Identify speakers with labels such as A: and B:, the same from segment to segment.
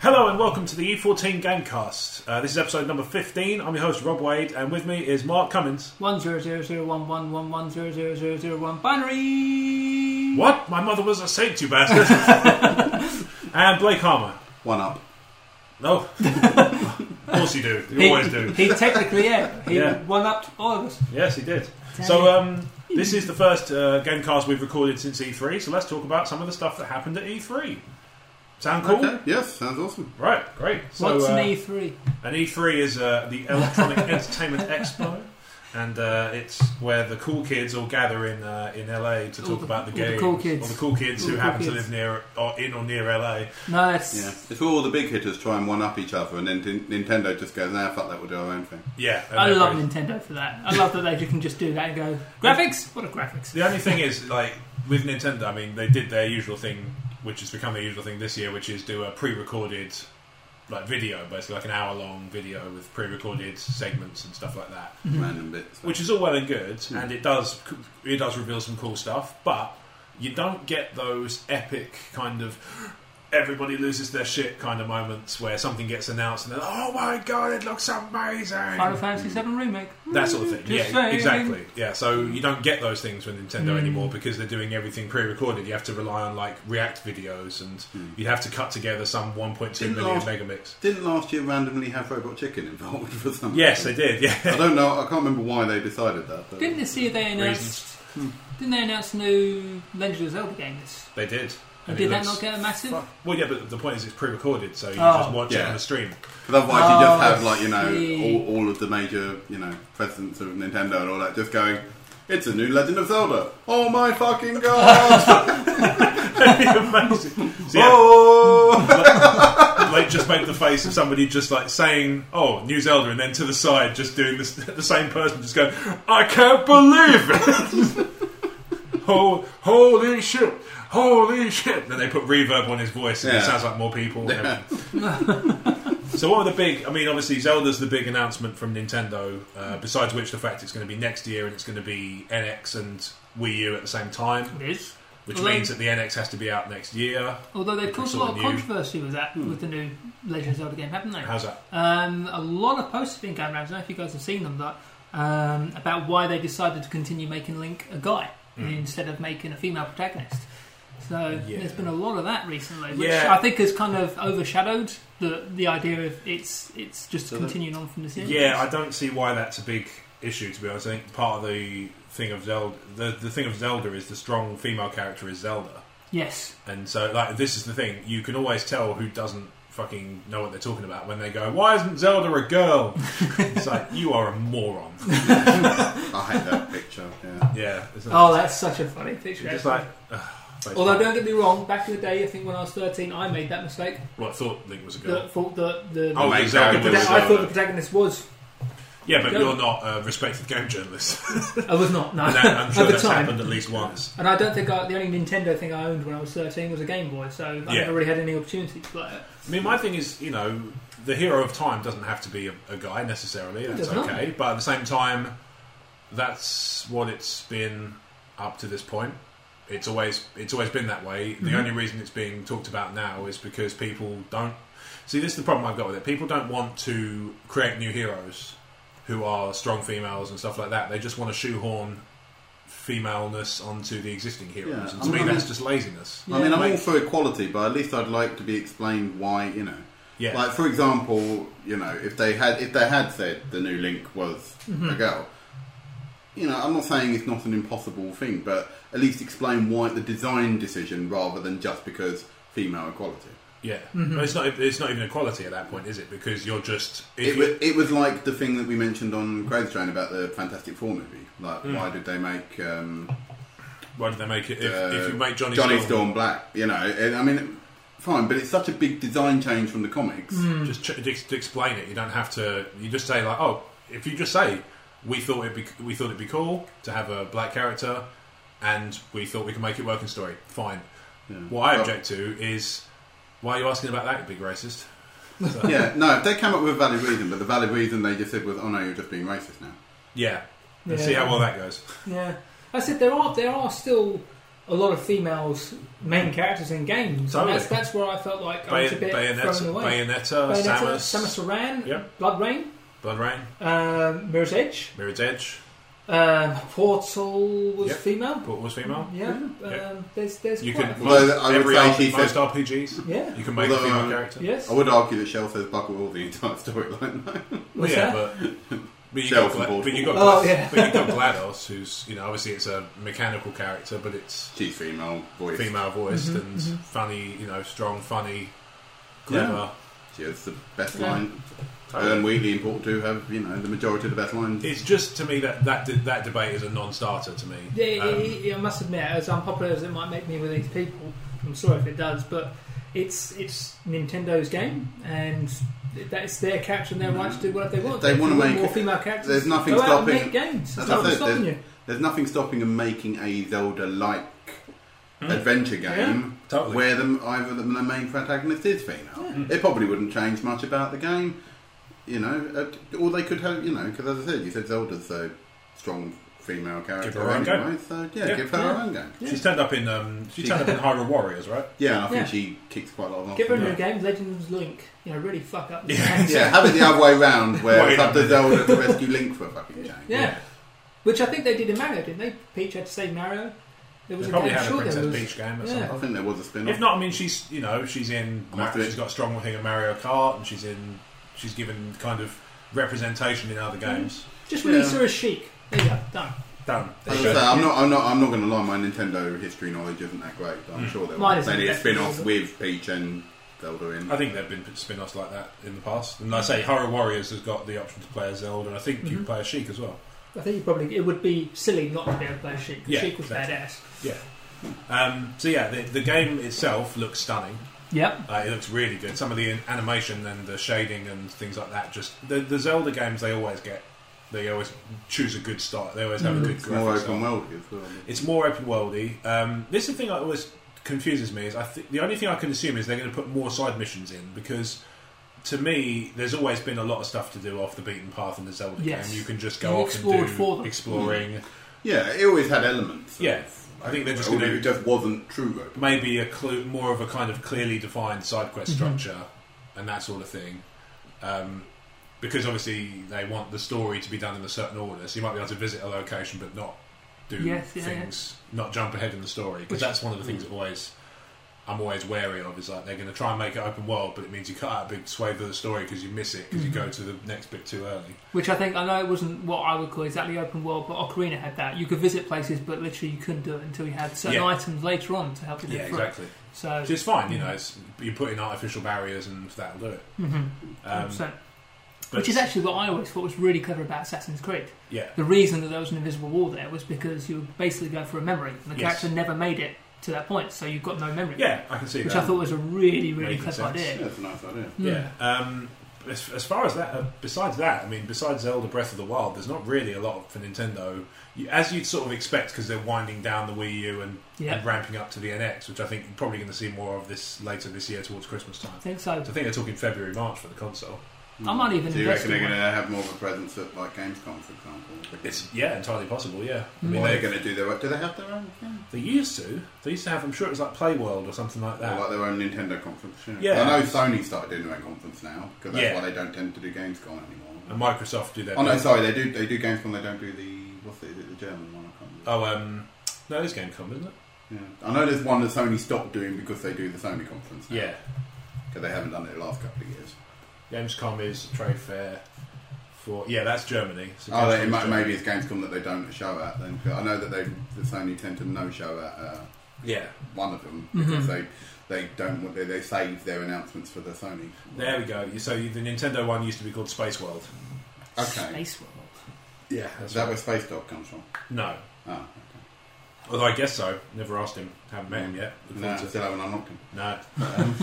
A: Hello and welcome to the E14 Gamecast. Uh, this is episode number 15. I'm your host Rob Wade, and with me is Mark Cummins.
B: One zero zero zero one one one one zero zero zero zero one binary.
A: What? My mother was a saint, you bastard. and Blake Harmer.
C: One up.
A: No. of course you do. You
B: He-
A: always do.
B: He technically yeah. He
A: Yeah.
B: one upped all of us.
A: Yes, he did. So um, this is the first uh, Gamecast we've recorded since E3. So let's talk about some of the stuff that happened at E3. Sound cool?
C: Okay. Yes, sounds awesome.
A: Right. Great. So,
B: What's
A: uh,
B: an E three?
A: And E3 is uh, the Electronic Entertainment Expo, and uh, it's where the cool kids all gather in uh, in LA to
B: All
A: talk
B: the-
A: about the
B: all the
A: games.
B: cool kids.
A: All the cool kids
B: All
A: who
B: the cool
A: happen to
B: kids.
A: live near or in or near LA.
B: No, it's
C: Yeah. It's where all the big hitters try and one up each other, and then Tin- Nintendo just goes, nah, fuck that, we'll do our own thing.
A: Yeah, and
B: I
A: they're
B: love
A: great.
B: Nintendo for that. I love that they can just do that and go graphics. What a graphics!
A: The only thing is, like with Nintendo, I mean, they did their usual thing, which has become their usual thing this year, which is do a pre-recorded like video, basically like an hour-long video with pre-recorded segments and stuff like that.
C: Random bits.
A: which is all well and good, and it does it does reveal some cool stuff, but you don't get those epic kind of everybody loses their shit kind of moments where something gets announced and then oh my god, it looks
B: Final
A: amazing,
B: Fantasy Seven remake.
A: that sort of thing.
B: Just
A: yeah,
B: saying. Hmm.
A: exactly. Yeah, so you don't get those things with Nintendo anymore because they're doing everything pre-recorded. You have to rely on like React videos, and you have to cut together some 1.2
C: Didn't
A: million
C: last-
A: megamix.
C: Didn't last year randomly have Robot Chicken involved for something?
A: Yes, they did. Yeah,
C: I don't know, I can't remember why they decided that. But
B: Didn't this year they announced?
A: Hmm.
B: Didn't they announce new Legend of Zelda game this?
A: they did.
B: And
A: it
B: did that
A: looks
B: not get a massive?
A: Well, yeah, but the point is it's pre-recorded, so you
B: Oh.
A: just watch it
C: Yeah.
A: on the stream.
C: But otherwise, you just
B: Oh,
C: have, like, you know,
B: see.
C: all, all of the major, you know, presidents of Nintendo and all that just going, it's a new Legend of Zelda. Oh my fucking god!
A: Amazing. So, yeah,
C: oh!
A: like just make the face of somebody just like saying, "Oh, New Zelda," and then to the side, just doing this, the same person just going, "I can't believe it!" oh, holy shit! Holy shit! Then they put reverb on his voice, and it
C: Yeah.
A: sounds like more people. and everything. so, what are the big? I mean, obviously, Zelda's the big announcement from Nintendo. Uh, besides which, the fact it's going to be next year and it's going to be NX and Wii U at the same time.
B: It is.
A: Which
B: Although-
A: means that the NX has to be out next year.
B: Although they've
A: Because
B: caused a lot of
A: all new.
B: controversy with that, with the new Legend of Zelda game, haven't they?
A: How's that?
B: Um, a lot of posts have been going around. I don't know if you guys have seen them, but um, about why they decided to continue making Link a guy
A: Hmm.
B: instead of making a female protagonist. So
A: Yeah.
B: there's been a lot of that recently, which
A: Yeah.
B: I think has kind of overshadowed the the idea of it's it's just continuing on from the series.
A: Yeah, I don't see why that's a big issue. To be honest, I think part of the thing of Zelda, the, the thing of Zelda is the strong female character is Zelda,
B: yes,
A: and so like this is the thing you can always tell who doesn't fucking know what they're talking about when they go, "Why isn't Zelda a girl?" it's like you are a moron.
C: I hate that picture, yeah.
A: Yeah. It's like,
B: Oh, that's such a funny picture.
A: Just
B: actually.
A: like. ugh, face
B: Although,
A: palm.
B: don't get me wrong, back in the day, I think when I was 13, I made that mistake.
A: well, I thought Link was a girl.
B: That thought that the,
A: Oh,
C: Main
A: the Zelda
C: character
B: that
A: was uh,
C: was
B: I thought the
C: Zelda.
B: protagonist was.
A: Yeah, but
B: Don't-
A: you're not a respected game journalist.
B: I was not, no.
A: and that, I'm sure
B: At the
A: that's
B: time.
A: happened at least once.
B: And I don't think I, the only Nintendo thing I owned when I was 13 was a Game Boy, so I
A: Yeah.
B: never really had any uh, opportunity to play it.
A: I mean, my thing is, you know, the hero of time doesn't have to be a, a guy necessarily. That's
B: does not.
A: okay, but at the same time, that's what it's been up to this point. It's always it's always been that way. The
C: Mm-hmm.
A: only reason it's being talked about now is because people don't see. This is the problem I've got with it. People don't want to create new heroes who are strong females and stuff like that. They just want to shoehorn femaleness onto the existing heroes,
C: Yeah,
A: and
C: I
A: to me,
C: mean-
A: that's just laziness.
C: I mean, I'm
A: Like-
C: all for equality, but at least I'd like to be explained why, you know.
A: Yeah.
C: Like for example, you know, if they had if they had said the new Link was
A: Mm-hmm.
C: a girl, you know, I'm not saying it's not an impossible thing, but at least explain why the design decision rather than just because female equality.
A: Yeah,
B: Mm-hmm.
A: But it's not. It's not even equality at that point, is it? Because you're just. If
C: It
A: you-
C: was, it was like the thing that we mentioned on Crazy Train about the Fantastic Four movie. Like, why did they make um,
A: why did they make it? Mm. If, if
C: uh,
A: you make Johnny,
C: Storm. black? You know, and, I mean, fine, but it's such a big design change from the comics.
A: just ch- just to explain it. You don't have to. You just say like, oh, if you just say we thought it be we thought it'd be cool to have a black character, and we thought we could make it work in story. Fine. What I
C: Well-
A: object to is why are you asking about that? You big racist.
C: Yeah, no, if they came up with a valid reason, but the valid reason they just said was, oh no, you're just being racist now.
A: Yeah. Let's
B: Yeah.
A: see how well that goes.
B: Yeah. I said there are there are still a lot of females main characters in games.
A: Totally.
B: And that's that's where I felt like I was a
A: Bay-
B: bit
A: Bayonetta,
B: thrown away.
A: Bayonetta,
B: Bayonetta,
A: Samus,
B: Samus Aran,
A: Yep.
B: Blood Rain,
A: Blood Rain,
B: um, Mirror's Edge,
A: Mirror's Edge,
B: um, Portal was
A: Yep.
B: female.
A: Portal was female.
B: Yeah,
A: Yeah.
B: Um, there's there's
A: You
B: quite
A: can
B: a few.
A: most,
C: Although I would
A: every
C: say
A: R-
C: she
A: most
C: said-
A: RPGs.
B: yeah.
A: You can make a
C: Although,
A: female
C: uh,
A: character.
B: Yes.
C: I would argue that Shell says buckle all the entire storyline. though.
A: Well,
B: What's
A: yeah,
B: that?
A: but but you
C: Shell
A: got
C: from
A: Gla-
C: Portal.
A: but you got
B: Oh,
A: Gla-
B: yeah.
A: but you got Glados, who's you know obviously it's a mechanical character, but it's
C: She's female, voice.
A: female voiced
B: Mhm,
A: and
B: mhm.
A: funny, you know, strong, funny, clever.
C: She has the best
B: Yeah.
C: line.
A: Totally.
C: And Wheatley and Portal do have, you know, the majority of the best lines.
A: It's just to me that that de- that debate is a non-starter to me.
B: Yeah, yeah,
A: Um,
B: yeah, I must admit, as unpopular as it might make me with these people, I'm sorry if it does, but it's it's Nintendo's game, and that's their character and their right to do whatever they want.
C: They
B: If
C: wanna
B: you
C: make-
B: more female characters.
C: there's nothing
B: go out
C: stopping-
B: and make games. There's
C: As I
B: nothing
C: said,
B: stopping you.
C: There's nothing stopping them making a Zelda-like adventure game
A: Hmm. Totally.
C: where them either the, the main protagonist is female. It probably wouldn't change much about the game, you know. uh, Or they could have, you know, because as I said, you said Zelda's a strong female character
A: her own
C: anyway, so yeah,
A: Yeah.
C: give her
B: Yeah.
C: her own game.
A: She's turned up in um, she
C: She-
A: turned up in Hyrule Warriors, right?
C: Yeah, and I think
B: Yeah.
C: she kicks quite a lot of off.
B: Give her a
A: Yeah.
B: new game, Legends Link. You know, really fuck up. the
A: Yeah.
B: games.
C: Yeah, have it the other way round where
A: Wait
C: it's up
A: a
C: to
A: minute.
C: Zelda to rescue Link for a fucking change.
B: Yeah. Which I think they did in Mario, didn't they? Peach had to save Mario. There was
A: They
B: a
A: probably
B: game,
A: had a
B: sure there
A: Princess
B: was.
A: Peach game or
B: Yeah.
A: something.
C: I think there was a spin
A: If
C: off.
A: not, I mean, she's you know she's in
C: I'm after
A: she's
C: it.
A: got a strong thing in Mario Kart, and she's in she's given kind of representation in other games.
B: Just release
C: Yeah.
B: her as Chic. There you go, done.
A: Done.
C: As I say, I'm not. I'm not. I'm not going to lie. My Nintendo history knowledge isn't that great. But I'm
A: Mm.
C: sure there
B: Mine
C: were
B: isn't
C: plenty of
B: best,
C: spin-offs
B: is it?
C: with Peach and Zelda in.
A: I think there've been spin-offs like that in the past, and like I say Hyrule Warriors has got the option to play as Zelda, and I think you
B: Mhm.
A: play as Sheik as well.
B: I think you probably it would be silly not to be able to play as Sheik.
A: Yeah,
B: Sheik was
A: exactly.
B: badass.
A: Um, so yeah, the, the game itself looks stunning.
B: Yep.
A: Uh, it looks really good. Some of the animation and the shading and things like that. Just the, the Zelda games, they always get. They always choose a good start. They always have
B: Mm.
A: a good
C: it's more
A: graphics
C: open
A: style.
C: world as well.
A: It's more open worldy. Um, this is the thing that always confuses me. Is I th- the only thing I can assume is they're going to put more side missions in because to me, there's always been a lot of stuff to do off the beaten path in the Zelda
B: Yes.
A: game. You can just go
B: You
A: off
B: explored
A: and do
B: for them. Mm.
A: exploring.
C: Yeah, it always had elements. of-
A: Yeah, I think they're just
C: Although
A: gonna-
C: it just wasn't true. Road.
A: Maybe a clue, more of a kind of clearly defined side quest
B: Mm-hmm.
A: structure and that sort of thing. Um, because obviously they want the story to be done in a certain order, so you might be able to visit a location but not do
B: Yes, yeah,
A: things, not jump ahead in the story. Because
B: Which-
A: that's one of the things that always I'm always wary of. Is like they're going to try and make it open world, but it means you cut out a big swathe of the story because you miss it because you
B: Mm-hmm.
A: go to the next bit too early.
B: Which I think I know it wasn't what I would call exactly open world, but Ocarina had that. You could visit places, but literally you couldn't do it until you had certain
A: Yeah.
B: items later on to help you.
A: Yeah,
B: get through.
A: exactly.
B: So,
A: So it's fine,
B: Mm.
A: you know. It's, you put in artificial barriers and that'll do it.
B: mhm,
A: Um,
B: 100%.
A: but-
B: which is actually what I always thought was really clever about Assassin's Creed.
A: yeah.
B: The reason that there was an invisible wall there was because you were basically going for a memory, and the
A: Yes.
B: character never made it to that point, so you've got no memory.
A: Yeah, I can see
B: which
A: that.
B: I thought was a really, really
A: Making
B: clever
A: sense.
C: Yeah,
B: idea.
C: that's a nice idea.
B: Mm.
A: Yeah. Um, as, as far as that, uh, besides that, I mean, besides Zelda Breath of the Wild, there's not really a lot for Nintendo, you, as you'd sort of expect, because they're winding down the Wii U and,
B: Yeah.
A: and ramping up to the NX, which I think you're probably going to see more of this later this year towards Christmas time.
B: I think so.
A: So I think they're talking February, March for the console.
B: I might even
C: Do you
B: invest
C: reckon they're
B: in
C: going to
B: one.
C: have more of a presence at like Gamescom, for example?
A: It's yeah, entirely possible. Yeah, I
B: Mm.
A: mean,
C: Or
A: they,
C: they're going to do their. own- Do they have their own? thing?
A: they used to. They used to have. I'm sure it was like Play World or something like
C: Or
A: that.
C: like their own Nintendo conference.
A: Yeah.
C: I know Sony started doing their own conference now because that's
A: Yeah. Um,
C: why they don't tend to do Gamescom anymore.
A: and Microsoft do that.
C: Oh no, sorry, they do they do Gamescom. They don't do the what's it, is it the German one? I can't remember.
A: Oh, um, no, this game come, isn't it?
C: Yeah. I know there's one that Sony stopped doing because they do the Sony conference.
A: Yeah.
C: because they haven't done it the last couple of years.
A: Gamescom is trade fair for yeah, that's Germany. So
C: Oh,
A: Gamescom
C: they, it
A: is
C: might,
A: Germany.
C: maybe it's Gamescom that they don't show at. Then 'Cause I know that they that Sony tend to no show at uh,
A: yeah.
C: one of them
B: Mhm.
C: because they they don't want they, they save their announcements for the Sony.
A: There we go. So the Nintendo one used to be called Space World.
C: Okay.
B: Space World.
A: Yeah,
C: Is that where Space Dog comes from?
A: No,
C: Oh,
A: although I guess so. Never asked him. Haven't met him yet. Look
C: no, I
A: forward
C: still haven't unlocked him.
A: to- no. Um,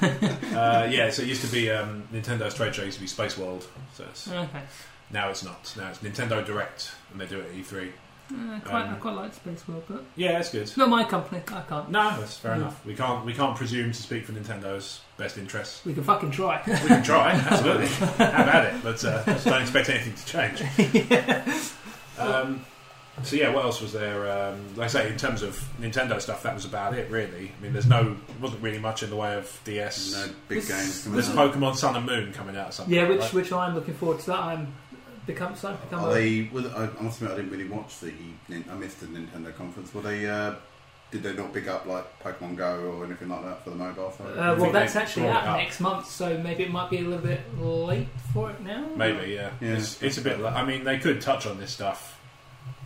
A: uh, yeah, so it used to be um, Nintendo's trade show used to be Space World. So it's,
B: Okay.
A: now it's not. Now it's Nintendo Direct, and they do it at E3.
B: Uh, quite, I
A: Um,
B: quite like Space World, but
A: Yeah, that's good.
B: it's not my company. I can't.
A: No, that's fair
B: Mm.
A: enough. We can't we can't presume to speak for Nintendo's best interests.
B: We can fucking try.
A: We can try, absolutely. Have at it, but uh, just don't expect anything to change. Um, So yeah, what else was there? Um, like I say, in terms of Nintendo stuff, that was about it really. I mean, there's no, there wasn't really much in the way of DS.
C: No big
B: This-
C: games coming
A: There's
C: out.
A: Pokemon Sun and Moon coming out. Or something,
B: Yeah, which
A: right?
B: which I'm looking forward to. That I'm become so I've become.
C: Are
B: a-
C: they? Were they- I I must admit, I didn't really watch the. Nin- I missed the Nintendo conference. Were they? Uh, did they not pick up like Pokemon Go or anything like that for the mobile side?
B: Uh,
A: I
B: well,
A: think
B: that's
A: they
B: actually
A: brought it
B: out
A: up.
B: next month, so maybe it might be a little bit late for it now.
A: Maybe, yeah.
C: Yeah.
A: It's, it's a bit. Like, I mean, they could touch on this stuff.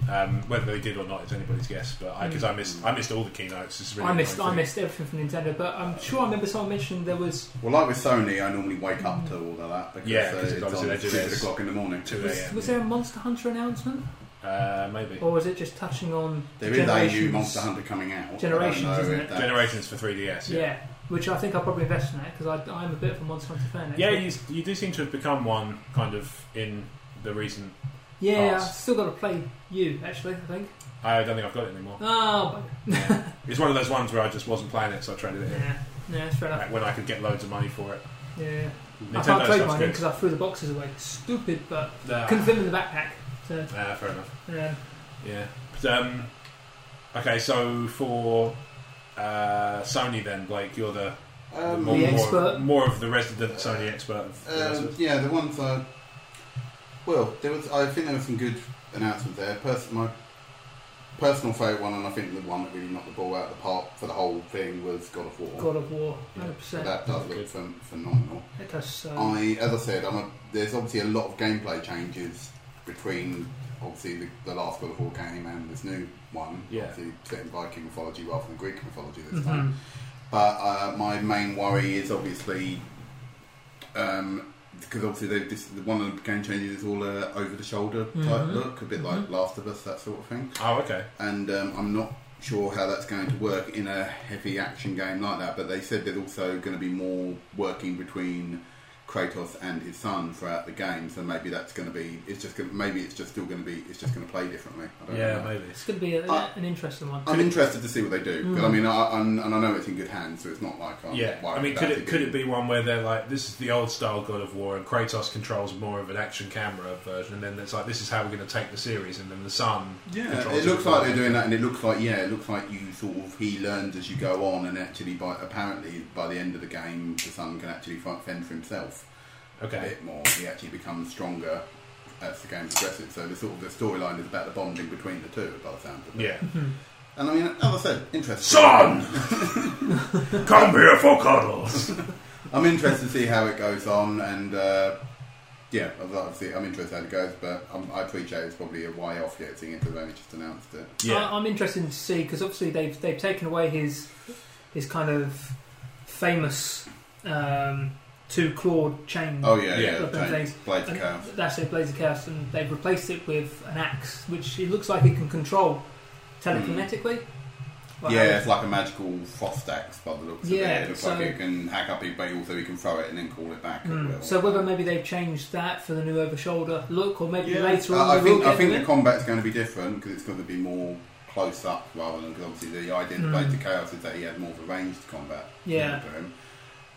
A: Um, whether they did or not is anybody's guess. But because I, missed, I missed all the keynotes. It's really
B: Mm. I missed I
A: annoying
B: missed everything from Nintendo, but I'm sure I remember someone mentioned there was
C: Well, like with Sony, I normally wake up to all of that because
A: Yeah,
C: uh,
A: 'cause
C: it's
A: obviously
C: on
A: they do
C: stupid
A: this.
C: o'clock in the morning.
A: Two
B: was,
A: a.m.
B: was there a Monster Hunter announcement,
A: Uh, maybe
B: or was it just touching on
C: There is a new
B: Generations-
C: Monster Hunter coming out. I don't
B: Generations,
C: know
B: isn't
C: if
B: it?
C: that's-
A: generations for 3ds.
B: Yeah. which I think I'll probably invest in that because I'm a bit of a Monster Hunter fan.
A: Yeah,
B: actually.
A: you, you do seem to have become one kind of in the recent.
B: yeah.
A: parts.
B: I've still got to play you actually. I think.
A: I don't think I've got it anymore.
B: Oh,
A: It's one of those ones where I just wasn't playing it, so I traded
B: but,
A: it in
B: yeah, yeah, that's fair enough.
A: Like, when I could get loads of money for it.
B: Yeah, I
A: Nintendo
B: can't trade
A: stuff's
B: mine
A: good.
B: because I threw the boxes away. Stupid, but
A: Nah.
B: couldn't fit them in the backpack. So um,
A: Nah, fair enough.
B: yeah,
A: Yeah. But, um, okay, so for uh, Sony then, Blake, you're the, the
C: Um,
A: more,
B: The
A: more-
B: expert.
A: more of the resident Sony expert. Of the rest of
C: Um,
A: us.
C: yeah, the ones I well, there was. I think there were some good announcements there. Pers- my personal favourite one, and I think the one that really knocked the ball out of the park for the whole thing was God of War.
B: God of War,
A: Yeah.
B: hundred
C: So
B: percent.
C: that does look
A: Good. Um,
C: phen phenomenal.
B: It does so. mm-hmm.
C: I, as I said, I'm a, there's obviously a lot of gameplay changes between obviously the, the last God of War game and this new one.
A: Yeah. Mm-hmm.
C: Obviously set in Viking mythology rather than Greek mythology this time.
B: Mhm.
C: But uh, my main worry is obviously because obviously they've dis- the one of the game changes is all uh, over the shoulder
A: Mm-hmm.
C: type
B: Mhm.
C: look, a bit like Last of Us that sort of thing.
A: Oh, okay.
C: And um, I'm not sure how that's going to work in a heavy action game like that. But they said there's also going to be more working between Kratos and his son throughout the game. So maybe that's going to be it's just gonna, maybe it's just still going to be it's just going to play differently. I don't
A: Yeah,
C: know.
A: maybe.
B: It's going to be a,
C: I-
B: an interesting one.
C: Uh, I'm interested to see what they do, but I
B: Mm.
C: mean, I, I'm, and I know it's in good hands, so it's not like I'm
A: Hmm. Yeah,
C: worried
A: I mean,
C: about
A: could it could
C: being-
A: it be one where they're like, this is the old style God of War, and Kratos controls more of an action camera version, and then it's like, this is how we're going to take the series, and then the son.
C: Yeah,
A: controls
C: it looks like
A: everything.
C: they're doing that, and it looks like yeah, it looks like you sort of he learns as you go on, and actually by apparently by the end of the game, the son can actually fi- fend for himself a
A: Okay,
C: bit more. He actually becomes stronger as the game progresses. So the sort of the storyline is about the bonding between the two, by the sound of it.
A: yeah.
B: Mm-hmm.
C: And I mean, as I said, interesting.
A: Son, come here for cuddles.
C: I'm interested to see how it goes on, and uh, yeah, as obviously I'm interested how it goes, but i I appreciate it's probably a way off yet, seeing it because they've only just announced it.
A: Yeah,
B: I, I'm interested to see because obviously they've they've taken away his his kind of famous um, two clawed chain.
C: Oh yeah,
A: Mm. Yeah.
C: yeah,
B: Up and
C: James
B: things.
C: Blades
B: And
C: Curve.
B: That's it, Blazer Chaos, and they've replaced it with an axe, which it looks like it can control telekinetically. Well,
C: Mm. yeah, it's like a magical frost axe by the looks of
B: Yeah,
C: it. It looks
B: so-
C: like it can hack up people, but also you can throw it and then call it back.
B: mm,
C: at will.
B: So whether maybe they've changed that for the new over shoulder look, or maybe later on
C: Uh, I, I
B: they will
C: think I
B: get
C: think
B: to
C: the
B: it.
C: combat's going to be different because it's going to be more close up rather than because obviously the idea of
B: Mm.
C: Blades of Chaos is that he had more of a ranged combat.
B: Yeah.
C: to him.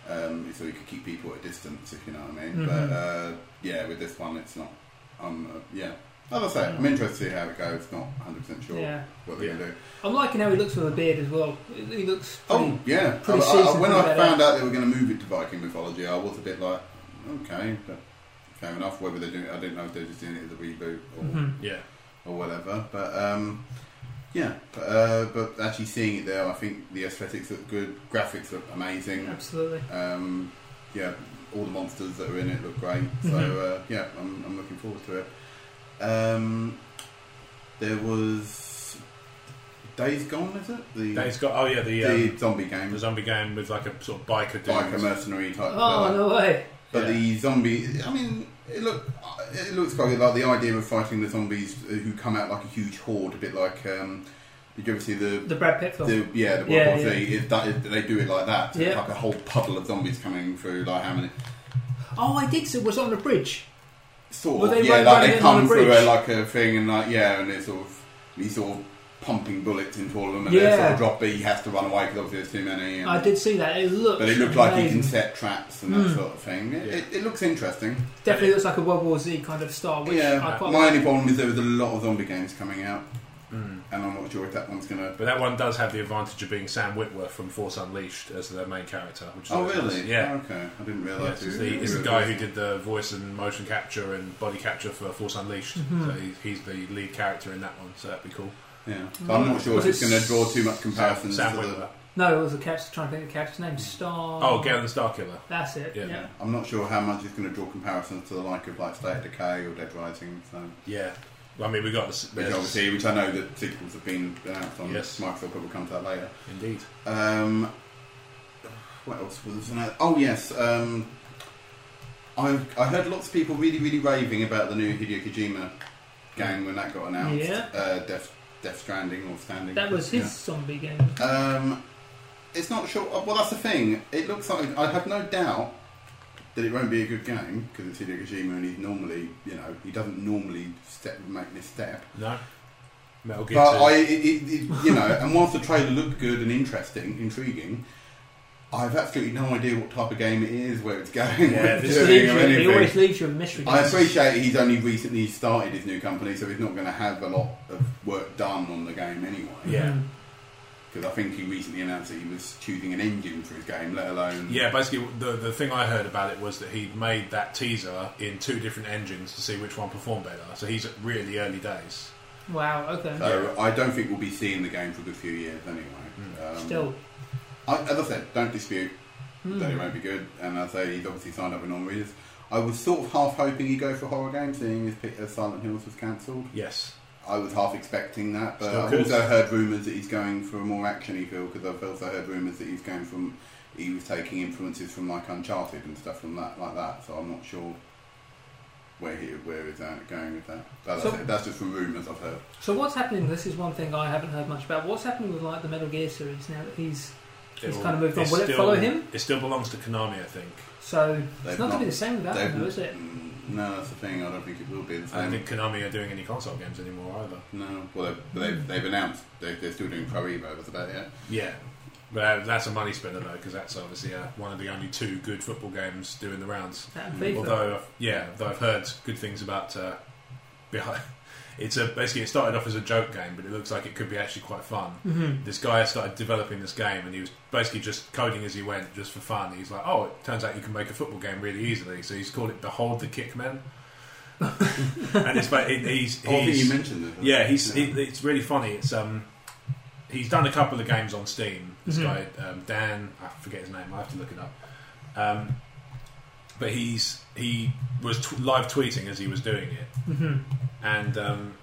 C: Um, so he could keep people at a distance, if you know what I mean.
B: Mhm.
C: But uh, yeah, with this one, it's not. Um, uh, yeah. As I say, I'm
B: Mm.
C: interested to see how it goes. Not 100% sure
B: Yeah,
C: what they're
A: Yeah.
C: going to do.
B: I'm liking how he looks with a beard as well. He he looks.
C: Oh yeah.
B: pretty
C: I- I-
B: seasoned
C: when I
B: combat
C: found out they were going to move it to Viking mythology, I was a bit like, okay, but fair enough. Whether they're doing, I don't know if they're just doing it as a reboot or,
B: Mhm.
A: yeah.
C: or whatever. But um, yeah, but, uh, but actually seeing it there, I think the aesthetics look good, graphics look amazing.
B: Absolutely.
C: Um, yeah, all the monsters that are in it look great. So
B: Mhm.
A: Mm-hmm.
C: uh, yeah, I'm, I'm looking forward to it. Um, there was Days Gone, is it? The
A: Dave's got. Oh yeah, the
C: the
A: um,
C: zombie game.
A: the zombie game with like a sort of biker dude.
C: like a mercenary type.
B: Oh
C: fella.
B: no way!
C: But
A: Yeah.
C: the zombie, I mean, it look, it looks quite good. Like the idea of fighting the zombies who come out like a huge horde, a bit like um, did you ever see the.
B: The Brad Pitt film.
C: The, yeah, the World
B: Yeah,
C: War
B: yeah.
C: Z, if that, if they do it like that, so it's
B: Yeah.
C: like a whole puddle of zombies coming through, like how many?
B: Oh, I did. So it was on a bridge.
C: Sort
B: Well,
C: of,
B: they
C: yeah,
B: run-
C: like
B: run
C: they
B: in on
C: come
B: a
C: through
B: bridge.
C: a, like a thing and like yeah, and it's sort of he's sort of pumping bullets into all of them, and they sort
B: Yeah.
C: of drop. But he has to run away because obviously there's too many. And,
B: I did see that. It looked.
C: but it looked like he
B: amazing. Hmm.
C: can set traps and that sort of thing. It,
A: Yeah.
C: it, it looks interesting.
B: Definitely looks like a World War Z kind of style, which
C: yeah,
B: I quite
C: my
B: like.
C: only problem is there was a lot of zombie games coming out.
A: Mm.
C: and I'm not sure if that one's going to.
A: But that one does have the advantage of being Sam Whitworth from Force Unleashed as the main character. Which is
C: Oh
A: always
C: really?
A: nice. Yeah.
C: Oh, okay, I didn't
A: Yes,
C: realise. who
A: it's the,
C: who
A: it's the
C: it
A: guy
C: was.
A: who did the voice and motion capture and body capture for Force Unleashed. So he, he's the lead character in that one, so that'd be cool.
C: Yeah, but I'm not sure
B: Was
C: if it's
B: it
C: going to draw too much
A: Sam,
C: comparisons
A: Sam
C: to
A: Witwer.
C: the.
B: No, it was a character trying to think of the character's name. Star.
A: Oh, Galen Starkiller.
B: That's it.
A: Yeah.
B: Yeah.
C: Yeah. I'm not sure how much it's going to draw comparisons to the like of like State of Decay or Dead Rising. So,
A: Yeah. I mean, we got this.
C: which
A: there's-
C: obviously, which I know that sequels have been announced on.
A: Yes.
C: Microsoft but we'll come to that later.
A: Indeed.
C: Um, what else was there? Oh yes, um, I I heard lots of people really really raving about the new Hideo Kojima game when that got announced.
B: Yeah.
C: Uh, Death Death Stranding or Standing.
B: That was his
C: Yeah.
B: zombie game.
C: Um, it's not sure. uh, Well, that's the thing. It looks like I have no doubt that it won't be a good game because it's Hideo Kojima and he's normally, you know, he doesn't normally step make this step.
A: No? Metal Gear 2.
C: But I, it, it, it- you know, and whilst the trailer looked good and interesting, intriguing, I've absolutely no idea what type of game it is, where it's going,
A: Yeah,
C: what it's
A: this
B: It
A: is-
C: doing,
B: leaves
C: or
B: you- it
C: anything.
B: always leaves you a mystery.
C: I
B: doesn't it?
C: appreciate he's only recently started his new company, so he's not going to have a lot of work done on the game anyway.
A: Yeah.
B: Mhm.
C: Because I think he recently announced that he was choosing an engine for his game, let alone.
A: Yeah, basically, the, the thing I heard about it was that he made that teaser in two different engines to see which one performed better. So he's at really early days.
B: Wow. Okay.
C: So I don't think we'll be seeing the game for a good few years anyway.
A: Hmm.
C: Um,
B: Still.
C: I, as I said, don't dispute
B: Hmm.
C: that it won't be good, and I say he's obviously signed up with non-readers. I was sort of half hoping he'd go for horror game, seeing as Pit- as Silent Hills was cancelled.
A: Yes.
C: I was half expecting that, but
A: Still
C: I've
A: good.
C: also heard rumours that he's going for a more actiony feel because I've also heard rumours that he's going from he was taking influences from like Uncharted and stuff from that like that. So I'm not sure where he where is that going with that. But
B: So-
C: that's, it. that's just from rumours I've heard.
B: So what's happening? This is one thing I haven't heard much about. What's happening with like the Metal Gear series now that he's He's kind of moved on.
A: it's
B: Will it follow him?
A: It still belongs to Konami, I think.
B: so
C: They've
B: it's not going
C: not-
B: to be the same without
C: They've-
B: him, though, is it?
C: Mm, No, that's the thing. I don't think it will be the
A: I don't
C: same.
A: think Konami are doing any console games anymore either.
C: No, well they've, they've, they've announced they they're still doing Pro Evo. That's about it.
A: Yeah. But that- that's a money spinner, though, because that's obviously uh, one of the only two good football games doing the rounds.
B: That
C: Mm.
B: and FIFA.
A: Although, yeah, though I've heard good things about. Uh, behind, it's a basically it started off as a joke game, but it looks like it could be actually quite fun.
B: Mhm.
A: This guy started developing this game, and he was basically just coding as he went, just for fun. He's like, "Oh, it turns out you can make a football game really easily." So he's called it "Behold the Kickmen," and it's but he's,
C: Oh, I think
A: he's
C: you mentioned it.
A: yeah, he's he, it's really funny. It's um, he's done a couple of games on Steam. This
B: Mhm.
A: guy um, Dan, I forget his name. I have to look it up. Um, but he's he was t- live tweeting as he was doing it,
B: Mhm.
A: and um,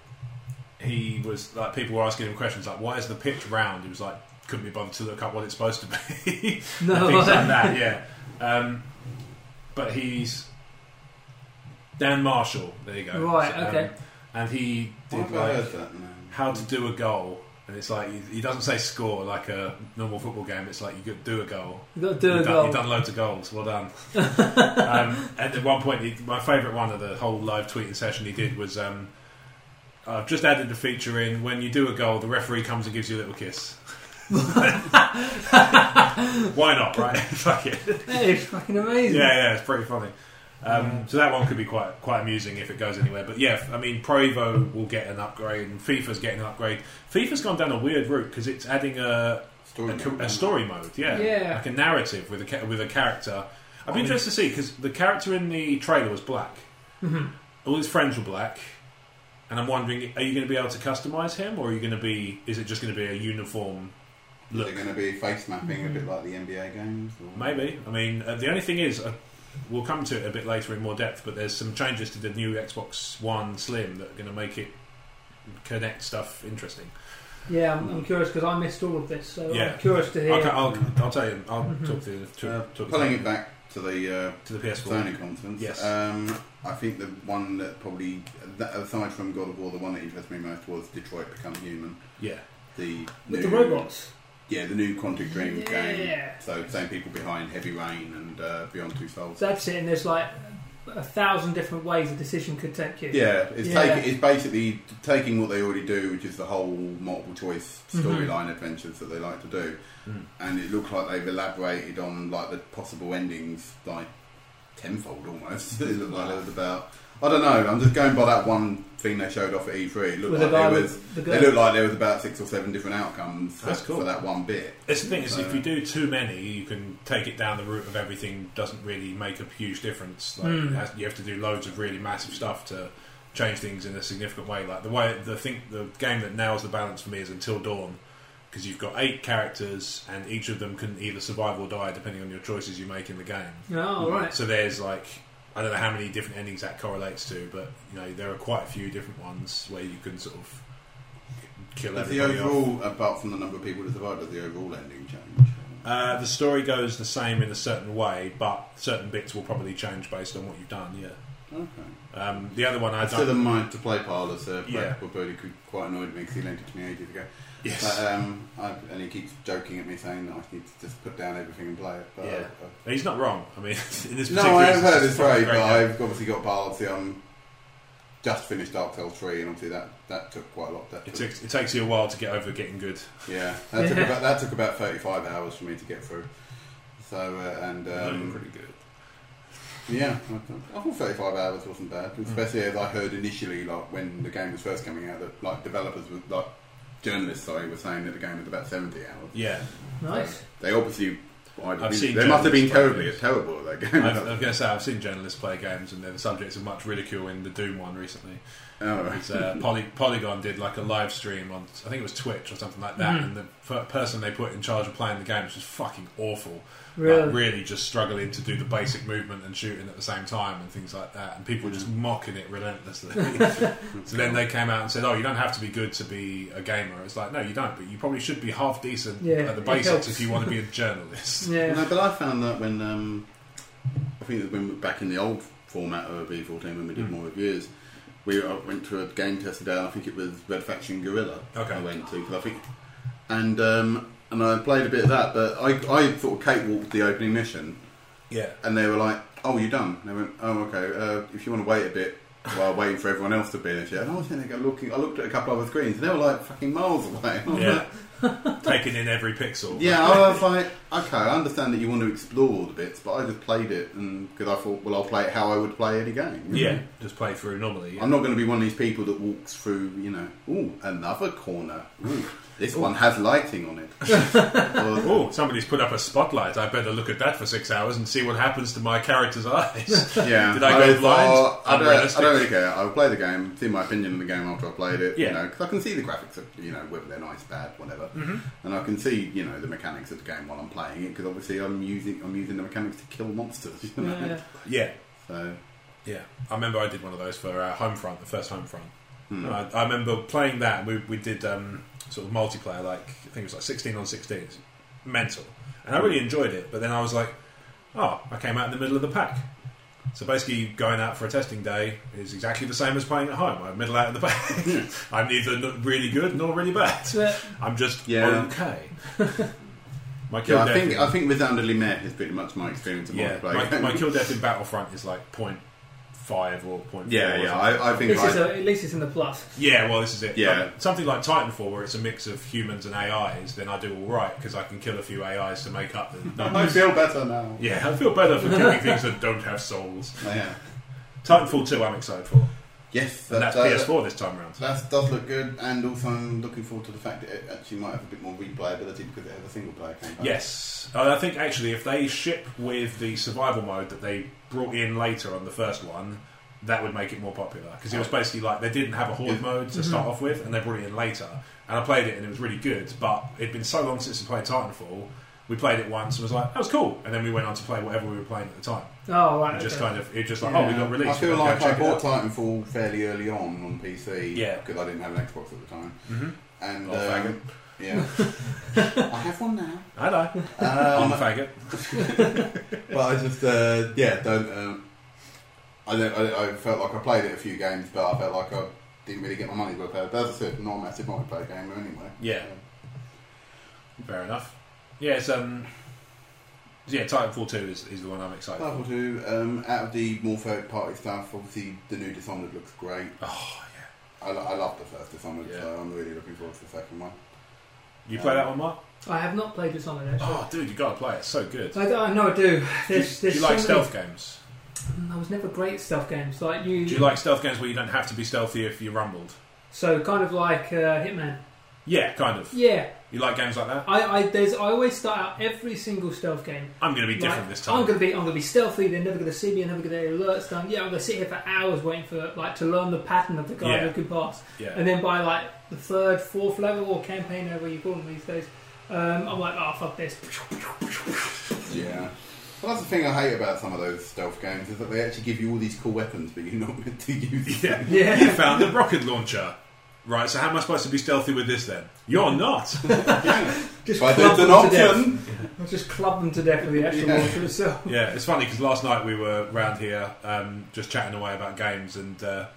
A: he was like people were asking him questions like, "Why is the pitch round?" He was like, "Couldn't be bothered to look up what it's supposed to be."
B: No.
A: and things like that. Yeah. Um, but he's Dan Marshall. There you go.
B: Right,
A: um,
B: okay.
A: and he
C: Why
A: did
C: have I
A: like
C: heard that? No.
A: how to do a goal, and it's like he- he doesn't say score like a normal football game. It's like you could do a goal.
B: You've got to do
A: you've,
B: a
A: done,
B: goal.
A: you've done loads of goals. Well done. um, and at one point, he, my favourite one of the whole live tweeting session he did was. Um, I've just added a feature in. When you do a goal, the referee comes and gives you a little kiss. Why not, right? Fuck it.
B: That is fucking amazing.
A: Yeah, yeah, it's pretty funny. Um, so that one could be quite quite amusing if it goes anywhere. But yeah, I mean, Provo will get an upgrade, and FIFA's getting an upgrade. FIFA's gone down a weird route because it's adding a
C: Story
A: a,
C: mode.
A: a story mode, yeah,
B: Yeah.
A: like a narrative with a ca- with a character. I'd be interested to see because the character in the trailer was black.
B: Mm-hmm.
A: All his friends were black, and I'm wondering, are you going to be able to customize him, or are you going to be? Is it just going to be a uniform
C: Is
A: look?
C: it going to be face mapping a bit like the NBA games? Or?
A: Maybe. I mean, uh, the only thing is, uh, we'll come to it a bit later in more depth, but there's some changes to the new Xbox One Slim that are going to make it connect stuff interesting.
B: Yeah, I'm, I'm curious because I missed all of this, so
A: Yeah.
B: I'm curious to hear.
A: I'll, I'll, I'll tell you. I'll talk to you. To,
C: Uh,
A: talk
C: pulling
A: to,
C: it back to the uh,
A: to the PS4.
C: Sony conference.
A: Yes.
C: Um, I think the one that probably, that, aside from God of War, the one that interested me most was Detroit Become Human.
A: Yeah.
C: The
B: With
C: new,
B: the robots.
C: Yeah, the new Quantic Dream
B: Yeah.
C: game. So same people behind Heavy Rain and uh, Beyond Two Souls.
B: So that's it, and there's like a thousand different ways a decision could take you.
C: Yeah, it's
B: Yeah.
C: taking it's basically taking what they already do, which is the whole multiple choice
B: Mm-hmm.
C: storyline adventures that they like to do,
A: Mm.
C: and it looked like they've elaborated on like the possible endings, like tenfold almost. it looked like it was about. I don't know. I'm just going by that one thing they showed off at E3. It looked
B: With the
C: like
B: guy
C: there was.
B: with the
C: They
B: girl.
C: looked like there was about six or seven different outcomes for,
A: That's cool.
C: for that one bit.
A: It's the thing is, if
C: So-
A: you do too many, you can take it down the route of everything doesn't really make a huge difference. Like
B: Mm.
A: it has, you have to do loads of really massive stuff to change things in a significant way. Like the way the thing, the game that nails the balance for me is Until Dawn, because you've got eight characters and each of them can either survive or die depending on your choices you make in the game.
B: Oh, right.
A: So there's like I don't know how many different endings that correlates to, but you know there are quite a few different ones where you can sort of kill
C: Does the
A: everybody off.
C: overall, apart from the number of people that survived, does the overall ending change?
A: Uh, the story goes the same in a certain way, but certain bits will probably change based on what you've done. Yeah.
C: Okay.
A: Um, the other one I
C: I still
A: don't.
C: in mind to play Parlous. Uh,
A: Yeah.
C: yeah. Birdie quite annoyed me because he lent it to me ages ago.
A: Yes.
C: But, um, I, and he keeps joking at me saying that I need to just put down everything and play it. But
A: Yeah.
C: I- I-
A: He's not wrong. I mean, in this particular
C: uh. No, I have heard
A: instance,
C: it's right,
A: it's
C: but
A: a great
C: I've obviously got Bards. I'm just finished Dark Tales 3, and obviously that, that took quite a lot. That
A: game. It
C: took,
A: takes, it takes you a while to get over getting good.
C: yeah, that took
B: Yeah.
C: about that took about 35 hours for me to get through. So uh, and
A: You're
C: um,
A: pretty good.
C: yeah, I thought- I thought 35 hours wasn't bad,
A: Mm.
C: especially as I heard initially, like when the game was first coming out, that like developers were like journalists, sorry, were saying that the game was about 70 hours.
A: Yeah,
B: Nice.
C: So they obviously. I
A: I've seen
C: they must have been terribly
A: journalists
C: terrible at that game.
A: I've, uh, I was going to say I've seen journalists play games, and they're the subjects of much ridicule in the Doom one recently.
C: oh,
A: It's, uh, Poly- Polygon did like a live stream on, I think it was Twitch or something like that,
C: Hmm.
B: Mhm.
A: and the f- person they put in charge of playing the games was fucking awful.
B: Really?
A: Like, really just struggling to do the basic movement and shooting at the same time and things like that, and people were just mocking it relentlessly. so then they came out and said, "Oh, you don't have to be good to be a gamer." It's like, no, you don't, but you probably should be half decent
B: Yeah,
A: at the
B: it
A: basics
B: helps.
A: if you want to be a journalist.
B: Yeah.
C: No, but I found that when um, I think it was when we were back in the old format of E14 when we did
A: Hmm.
C: more reviews, we I went to a game test today. I think it was Red Faction Guerrilla.
A: Okay.
C: I went to 'cause I think, and um, and I played a bit of that, but I I sort of cakewalked the opening mission,
A: yeah,
C: and they were like, "Oh, you're done." And they went, "Oh, okay. Uh, if you want to wait a bit." While waiting for everyone else to finish it, and I was sitting there looking. I looked at a couple other screens, and they were like fucking miles away.
A: yeah, taking in every pixel.
C: Yeah, I was like, okay, I understand that you want to explore the bits, but I just played it and because I thought, well, I'll play it how I would play any game. you
A: yeah,
C: know?
A: just play through normally. yeah.
C: I'm not going to be one of these people that walks through, you know, ooh, another corner. Ooh, this one has lighting on it. Or-
A: Oh, somebody's put up a spotlight. I better look at that for six hours and see what happens to my character's eyes.
C: yeah,
A: Did I go
C: was,
A: blind?
C: uh, I, don't, I
A: Unrealistic.
C: don't really care. I'll play the game, see my opinion on the game after I played it.
A: Yeah.
C: you know, because I can see the graphics of, you know, whether they're nice, bad, whatever,
A: Mm-hmm.
C: and I can see, you know, the mechanics of the game while I'm playing it because obviously I'm using I'm using the mechanics to kill monsters. You know?
B: Yeah.
A: yeah,
C: So
A: yeah. I remember I did one of those for uh, Homefront, the first Homefront.
C: Hmm.
A: I, I remember playing that. We we did um, sort of multiplayer, like I think it was like sixteen on sixteen, It's mental, and I really enjoyed it. But then I was like, oh, I came out in the middle of the pack. So basically, going out for a testing day is exactly the same as playing at home. I'm middle out of the pack.
C: Hmm.
A: I'm neither not really good nor really bad.
B: Yeah.
A: I'm just
C: Yeah.
A: okay. My kill
C: Yeah, I
A: death
C: think
A: is-
C: I think resoundingly met is pretty much my experience of
A: yeah,
C: multiplayer.
A: my,
C: games.
A: my kill death in Battlefront is like point five or point four.
C: yeah,
A: or
C: yeah.
A: something.
C: I, I
B: At
C: think
B: least, it's
C: I,
B: a, at least it's in the plus.
A: yeah. Well, this is it.
C: Yeah.
A: Like, something like Titanfall, where it's a mix of humans and AIs, then I do all right because I can kill a few AIs to make up the
C: I
A: numbers.
C: feel better now.
A: yeah, I feel better for killing things that don't have souls.
C: Yeah.
A: Titanfall two, I'm excited for,
C: Yes,
A: and that's
C: uh,
A: PS4 this time round.
C: That does look good, and also I'm looking forward to the fact that it actually might have a bit more replayability because it has a single player campaign.
A: Yes, and I think actually, if they ship with the survival mode that they brought in later on the first one, that would make it more popular because it was basically like they didn't have a horde
C: Yeah. Mm-hmm.
A: mode to start off with, and they brought it in later. And I played it, and it was really good. But it'd been so long since I played Titanfall. We played it once and was like, that was cool. And then we went on to play whatever we were playing at the time.
B: Oh, right.
A: And
B: okay.
A: just kind of, it just like, oh, we got released.
C: Ah, I feel
A: we've got to
C: like
A: go
C: I
A: check it
C: bought
A: out.
C: Titanfall fairly early on on PC.
A: Yeah.
C: because I didn't have an Xbox at the time.
A: Mhm.
C: And
A: Old faggot.
C: um, yeah, I have one now.
A: I know. I'm
C: Um,
A: a faggot.
C: But I just, uh, yeah, don't. Um, I, don't I, I felt like I played it a few games, but I felt like I didn't really get my money's worth out. of it. But as I said, not a massive multiplayer game anyway.
A: Yeah. Fair enough. Yeah, it's, um, yeah, Titanfall 2 is, is the one I'm excited for.
C: Titanfall 2, um, out of the more third party stuff, obviously the new Dishonored looks great.
A: Oh, yeah.
C: I, lo- I love the first Dishonored,
A: Yeah.
C: so I'm really looking forward to the second one.
A: You play that one, Mark?
B: I have not played this on E it, actually.
A: Oh, dude, you gotta play it. It's so good.
B: I, I know I do.
A: Do you,
B: There's,
A: do
B: there's
A: you
B: so
A: like
B: many- Mm,
A: stealth games?
B: I was never great at stealth games. Like you,
A: Do you like stealth games where you don't have to be stealthy if you're rumbled?
B: so kind of like uh, Hitman.
A: Yeah, kind of.
B: Yeah,
A: You like games like that?
B: I, I there's I always start out every single stealth game.
A: I'm going to be different
B: like,
A: this
B: I'm
A: time.
B: gonna be I'm gonna be stealthy. They're never gonna see me. I'm never gonna get any alerts done. Yeah, I'm gonna sit here for hours waiting for like to learn the pattern of the guy
A: Yeah.
B: who can pass.
A: Yeah.
B: And then by like the third, fourth level or campaign, whatever you call them these days, um, I'm like, oh fuck this.
C: Yeah. Well, that's the thing I hate about some of those stealth games is that they actually give you all these cool weapons, but you're not meant to use them.
A: Yeah. You
B: Yeah.
A: found a rocket launcher. Right, so how am I supposed to be stealthy with this then? You're not.
B: Just
C: But
B: club
C: that's an
B: them to death.
C: option.
B: I'll just club them to death with the actual
C: Yeah.
B: launcher itself.
A: yeah, it's funny because last night we were round here um, just chatting away about games, and uh,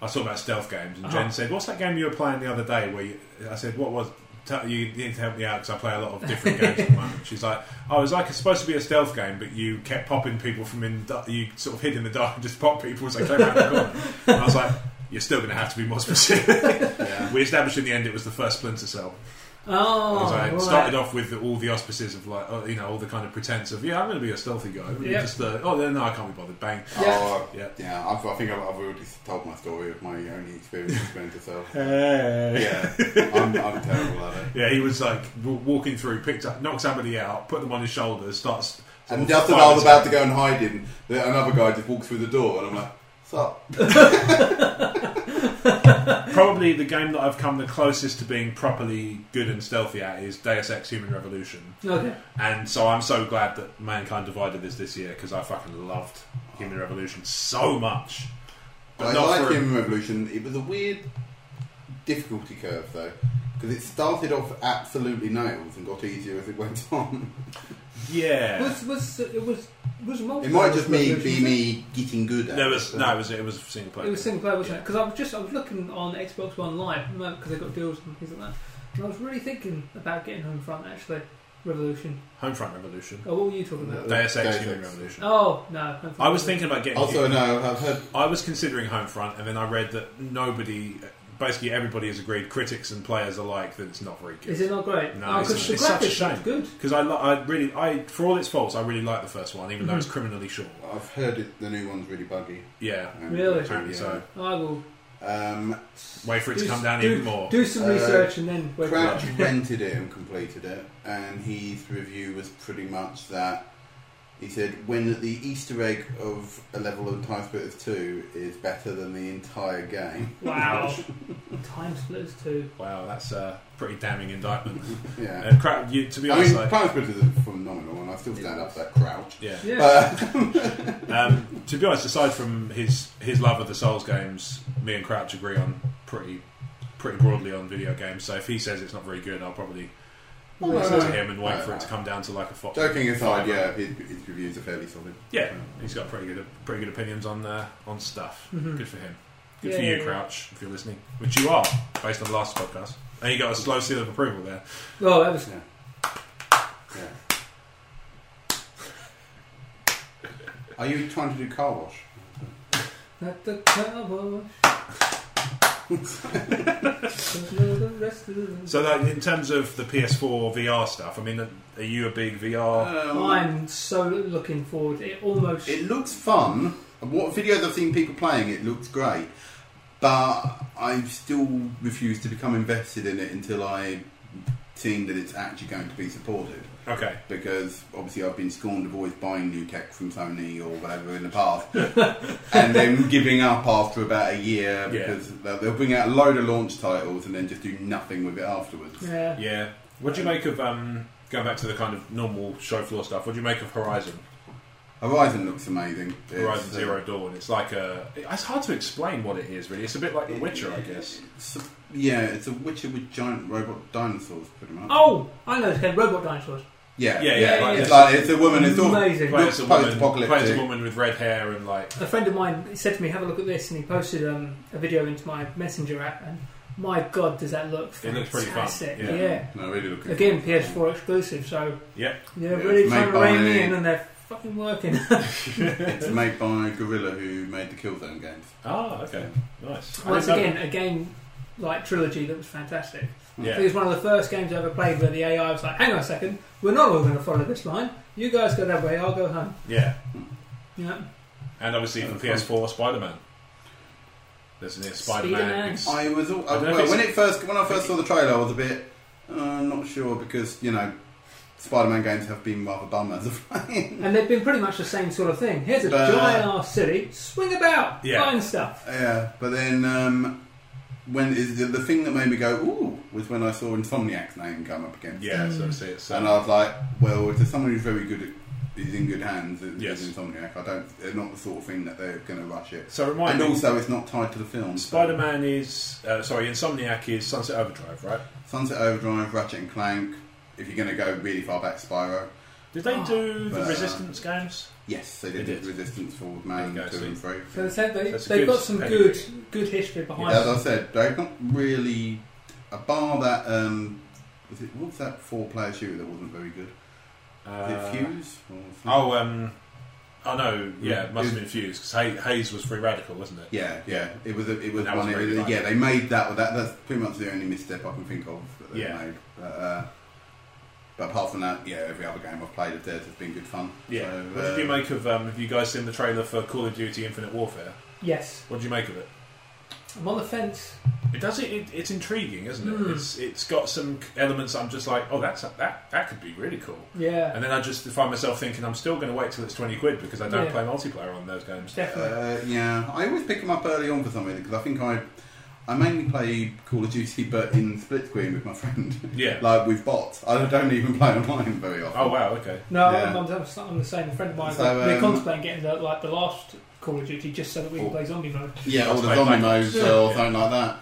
A: I was talking about stealth games. And
B: Uh-huh.
A: Jen said, "What's that game you were playing the other day?" Where you, I said, "What was?" T- you need to help me out because I play a lot of different games at the moment. She's like, "Oh, it was like it's supposed to be a stealth game, but you kept popping people from in. du- You sort of hid in the dark and just popped people as they came around the corner." And I was like, "You're still going to have to be more specific."
C: Yeah.
A: we established in the end it was the first Splinter Cell.
B: Oh,
A: Because I
B: right.
A: started off with the, all the auspices of like, oh, you know, all the kind of pretense of, yeah, I'm going to be a stealthy guy. Really
B: Yeah.
A: Just uh, oh, no, no, I can't be bothered. Bang.
C: Oh,
A: Yeah.
C: yeah, I've, I think I've, I've already told my story of my only experience with Splinter Cell.
A: Uh, Hey.
C: Yeah, I'm, I'm terrible at it.
A: Yeah, he was like w- walking through, picked up, knocked somebody out, put them on his shoulders, starts. sort
C: And
A: of
C: just as I
A: firing
C: was about to go and hide him, the- another guy just walks through the door, and I'm like, "What's up?"
A: at- Probably the game that I've come the closest to being properly good and stealthy at is Deus Ex Human Revolution.
B: Okay.
A: And so I'm so glad that Mankind Divided is this year because I fucking loved Human Revolution so much.
C: I
A: But not
C: like
A: for-
C: Human Revolution. It was a weird difficulty curve though, because it started off absolutely nails and got easier as it went on.
A: Yeah.
B: Was was it was was multiplayer?
C: It might just me,
B: was-
C: be me getting good at
A: There
C: it.
A: was
C: but-
A: no, it was it was single player.
B: It was single player, wasn't
A: Yeah.
B: it? Because I was just I was looking on Xbox One Live because they got deals and things like that, and I was really thinking about getting home front actually. Revolution.
A: Homefront Revolution.
B: Oh, what were you talking about?
A: Deus
C: Deus
A: Ex
C: Ex.
A: Human Revolution.
B: Oh no, Home Front
A: I was
B: Revolution.
A: thinking about getting.
C: Also, no, I've heard.
A: I was considering Homefront, and then I read that nobody, basically everybody has agreed, critics and players alike, that it's not very
B: Is
A: good.
B: it not great?
A: No,
B: Oh, 'cause
A: it's-
B: the
A: it's such a
B: graphics
A: shame.
B: looked Good.
A: Because I, li- I really, I for all its faults, I really like the first one, even though it's
B: Mm-hmm.
A: criminally short.
C: I've heard it, the new one's really buggy.
A: Yeah,
C: Um,
B: Really?
A: apparently so.
B: I will
C: Um,
A: Wait for it to
B: do
A: come
B: s-
A: down
B: do,
A: even more.
B: Do some
C: Uh,
B: research and then wait.
C: Crouch rented it and completed it, and his review was pretty much that he said, "When the Easter egg of a level of Time Splitters Two is better than the entire game."
B: Wow. Time splitters too.
A: Wow, that's a pretty damning indictment.
C: Yeah,
A: Uh, crap, you, to be
C: I mean,
A: honest, like,
C: Time Splitters is a phenomenal, and I still stand up to that Crouch.
A: yeah.
B: Yeah.
C: Uh,
A: Um, to be honest, aside from his his love of the Souls games, me and Crouch agree on pretty pretty broadly on video games. So if he says it's not very good, I'll probably
C: Well, no,
A: listen
C: no.
A: to him and wait
C: No,
A: for
C: no.
A: it to come down to like a fox.
C: joking aside, yeah, his, his reviews are fairly solid.
A: Yeah, he's got pretty good pretty good opinions on uh, on stuff.
B: Mhm.
A: Good for him. Good
B: Yeah,
A: for
B: yeah,
A: you,
B: yeah.
A: Crouch, if you're listening, which you are based on the last podcast. And you got a slow seal of approval there.
B: Oh, that was.
C: Yeah. Are you trying to do car wash?
B: At the car wash. There's no the rest of the-
A: So that in terms of the PS4 VR stuff, I mean, are you a big VR?
C: Uh,
B: Um, I'm so looking forward. It almost
C: It looks fun. And What videos I've seen people playing, it looks great. But I still refuse to become invested in it until I've seen that it's actually going to be supported.
A: Okay,
C: Because obviously I've been scorned of always buying new tech from Sony or whatever in the past, and then giving up after about a year because they'll they'll bring out a load of launch titles and then just do nothing with it afterwards.
B: yeah.
A: yeah. What do you make of um, going back to the kind of normal show floor stuff? What do you make of Horizon?
C: Horizon looks amazing. It's,
A: Horizon
C: uh,
A: Zero Dawn. It's like a. It's hard to explain what it is, really. It's a bit like The Witcher, I guess.
C: It's a- yeah, it's a Witcher with giant robot dinosaurs, pretty much.
B: Oh, I know. Okay, robot dinosaurs.
C: Yeah,
A: Yeah,
C: yeah,
A: yeah,
B: yeah.
C: It's like it's a woman. It's all
B: Amazing.
A: Plays
C: looks
A: a woman.
C: post-apocalyptic.
A: Plays a woman with red hair and like.
B: A friend of mine said to me, "Have a look at this," and he posted um, a video into my messenger app. And my God, does that look
A: It looks pretty fun,
B: fantastic?
A: yeah.
C: No, really looking.
B: Again, PS4 exclusive. So
A: Yeah.
B: they're
C: Yeah,
B: really
C: it's
B: trying
C: made
B: to rein me
C: by-
B: in, and they're fucking working.
C: It's made by Gorilla, who made the Killzone games.
A: Ah, okay, nice. I
B: Once
A: didn't know-
B: again, a game like trilogy that was fantastic. I think
A: yeah.
B: it was one of the first games I ever played where the AI was like, "Hang on a second, we're not all going to follow this line. You guys go that way, I'll go home."
A: Yeah,
B: Yeah.
A: and obviously
C: Uh,
A: for PS4, Spider Man. There's an Spider
B: Spider-Man.
A: Man.
C: I was all,
A: I don't know if
C: well,
A: it's-
C: when it first when I first saw the trailer, I was a bit uh, I'm not sure because you know Spider-Man games have been rather bum as of late.
B: And they've been pretty much the same sort of thing. Here's a
C: But-
B: giant ass city, swing about,
A: uh, Yeah.
B: find stuff.
C: yeah, but then um, when is the, the thing that made me go ooh was when I saw Insomniac's name come up again.
A: Yeah, so see, it's
C: and
A: uh,
C: I was like, well, if there's someone who's very good, at, is in good hands, it's
A: Yes.
C: Insomniac. I don't. They're not the sort of thing that they're going to rush it.
A: so remind
C: And
A: me.
C: also, it's not tied to the film. so-
A: Spider Man is uh, sorry, Insomniac is Sunset Overdrive, right?
C: Sunset Overdrive, Ratchet and Clank. If you're going to go really far back, Spyro.
A: Did they do the
C: but-
A: Resistance games?
C: Yes, they did,
A: They did.
C: Resistance Falls Man
A: There you go,
C: 2 and 3.
B: So they said they,
A: That's a
B: they've
A: good
B: got some
A: pedigree.
B: good good history behind
C: As
B: them.
C: I said, they've not really. A bar that. Um, was it, what was that four player shooter that wasn't very good? Was
A: Uh,
C: it Fuse? Or something?
A: Oh, um, oh no, yeah, it must
C: It-
A: have been Fuse because Hayes was free radical, wasn't it?
C: Yeah, yeah. It was a, it was
A: That
C: one.
A: was
C: it
A: very
C: was-
A: good.
C: yeah, they made that. That that's pretty much the only misstep I can think of that they
A: Yeah.
C: made. But, uh, but apart from that, yeah, every other game I've played of theirs has been good fun.
A: Yeah.
C: So,
A: what did you
C: uh,
A: make of? Um, have you guys seen the trailer for Call of Duty Infinite Warfare?
B: Yes.
A: What did you make of it?
B: I'm on the fence.
A: It does it. it it's intriguing, isn't it?
B: Hmm.
A: It's it's got some elements. I'm just like, oh, that's that that could be really cool.
B: Yeah.
A: And then I just find myself thinking, I'm still going to wait till it's twenty quid because I don't
B: Yeah.
A: play multiplayer on those games.
B: Definitely.
C: Uh, yeah, I always pick them up early on for something because I think I I mainly play Call of Duty, but in split screen with my friend.
A: Yeah.
C: like with bots. I don't even play online very often.
A: Oh wow. Okay.
B: no, I'm-
C: yeah.
B: I'm, I'm, I'm the same. A friend of mine,
C: So,
B: we're
C: um,
B: contemplating getting the, like, the last Call of Duty just so that we can
C: Oh.
B: play zombie mode.
C: Yeah,
A: I'll
C: all the
A: play
C: zombie
A: Black
C: modes
B: Ops.
C: or
A: Yeah.
C: something like that.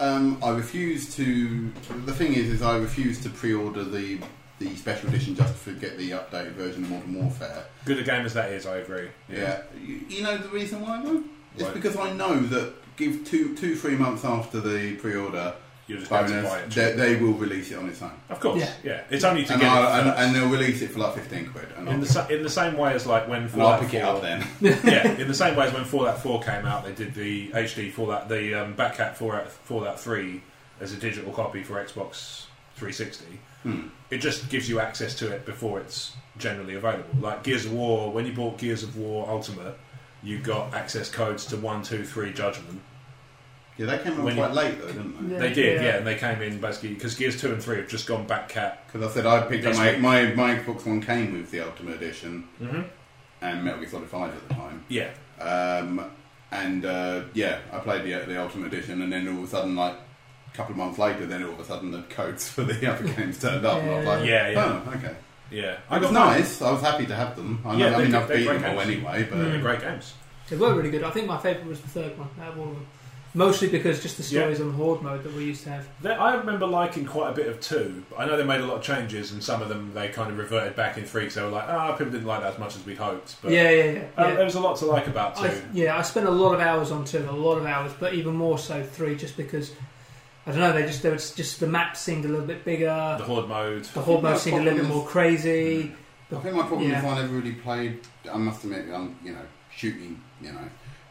C: Um, I refuse to. The thing is, is I refuse to pre-order the the special edition just to get the updated version of Modern Warfare.
A: Good a game as that is, I agree.
C: Yeah, you, you know the reason why though. It's
A: Why?
C: because I know that give two two three months after the pre-order
A: You're just going to buy
C: bonus,
A: it.
C: they, they will release it on its own.
A: of course.
B: Yeah.
A: Yeah. It's only to
C: and,
A: get it
C: I, and,
A: first.
C: and they'll release it for like 15 quid and,
A: in the
C: I'll,
A: sa- in the same way as like when
C: and I'll
A: Fallout
C: pick it
A: 4
C: up then
A: yeah, in the same way as when Fallout 4 came out, they did the HD Fallout, the um, Batcat Fallout, Fallout 3 as a digital copy for Xbox 360.
C: Hmm.
A: It just gives you access to it before it's generally available. Like Gears of War, when you bought Gears of War Ultimate, you got access codes to 1, 2, 3 Judgment.
C: yeah they came out
A: When you-
C: quite late though didn't they
A: They did,
B: Yeah.
A: yeah. and they came in basically because Gears 2 and 3 have just gone Batcat.
C: because I said I picked up
A: Yes,
C: my,
A: mate.
C: my, my Xbox One came with the Ultimate Edition
A: Mm-hmm.
C: and Metal Gear Solid 5 at the time
A: Yeah,
C: um, and uh, yeah I played the, the Ultimate Edition and then all of a sudden like a couple of months later then all of a sudden the codes for the other games turned up and I was like
A: Yeah, yeah.
C: oh okay
A: yeah.
C: it was nice I was happy to have them I, know,
A: Yeah,
C: I
A: they're
C: mean
A: good-
C: I've
A: they're
C: beaten
A: great
C: them all
A: games. Mm.
C: anyway but
A: They're great games.
B: They were really good. I think my favourite was the third one out of all of them. Mostly because just the
A: Yeah.
B: stories on Horde mode that we used to have.
A: There- I remember liking quite a bit of two. but I know they made a lot of changes, and some of them they kind of reverted back in three because they were like, ah, people didn't like that as much as we'd hoped. But
B: yeah, yeah, yeah.
A: uh,
B: yeah.
A: there was a lot to like about two.
B: I, yeah, I spent a lot of hours on two, a lot of hours, but even more so three, just because I don't know. They just, they was just the map seemed a little bit bigger.
A: the horde mode.
B: The horde mode
C: That's
B: seemed a little bit
C: probably-
B: more crazy.
C: I think my problem is
B: Yeah.
C: I never really played. I must admit, I'm you know shooting, you know,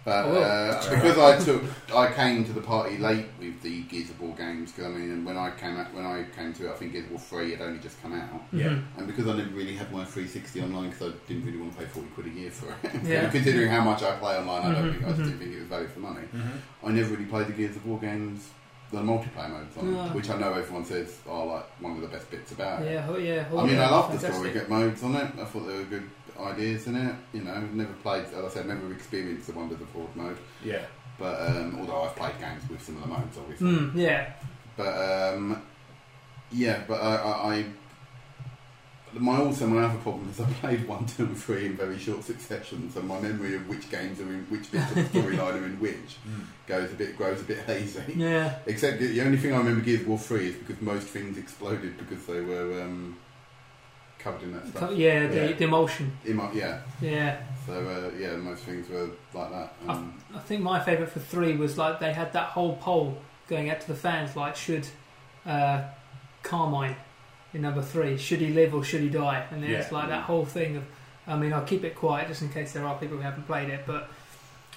C: but
B: Oh, well.
C: uh, because I took, I came to the party late with the Gears of War games. Because I mean, when I came out, when I came to it, I think Gears of War Three had only just come out,
A: Mm, Yeah.
B: Mm-hmm.
C: and because I never really had my 360 online, because I didn't really want to pay 40 quid a year for it.
B: Yeah.
C: Considering how much I play online, I don't
B: Mhm,
C: think I just
B: mhm.
C: didn't think it was value for money.
B: Mm-hmm.
A: Mhm.
C: I never really played the Gears of War games. The multiplayer modes on,
B: No.
C: which I know everyone says are like one of the best bits about. it.
B: Yeah, ho- Oh, yeah.
C: I
B: Horde
C: mean, I
B: mode,
C: love the story
B: fantastic.
C: get modes on it. I thought there were good ideas in it. You know, never played, as I said, never experienced the wonders of Horde mode.
A: Yeah.
C: But um, although I've played games with similar modes, obviously.
B: Mm, yeah,
C: But um, yeah, but I, I, I my also my other problem is I played one, two, and three in very short succession, so my memory of which games are in which bits of the storyline are in which
A: Mm.
C: goes a bit grows a bit hazy.
B: yeah.
C: Except the- the only thing I remember Gears of War 3 is because most things exploded because they were um, covered in that
B: Co-
C: stuff.
B: Yeah, the,
C: Yeah.
B: the emulsion.
C: It might- yeah.
B: Yeah,
C: So, uh, yeah, most things were like that. Um,
B: I think my favourite for three was like they had that whole poll going out to the fans, like should uh, Carmine in number three should he live or should he die? And then it's
A: Yeah.
B: like
C: Mm.
B: that whole thing of, I mean, I'll keep it quiet just in case there are people who haven't played it, but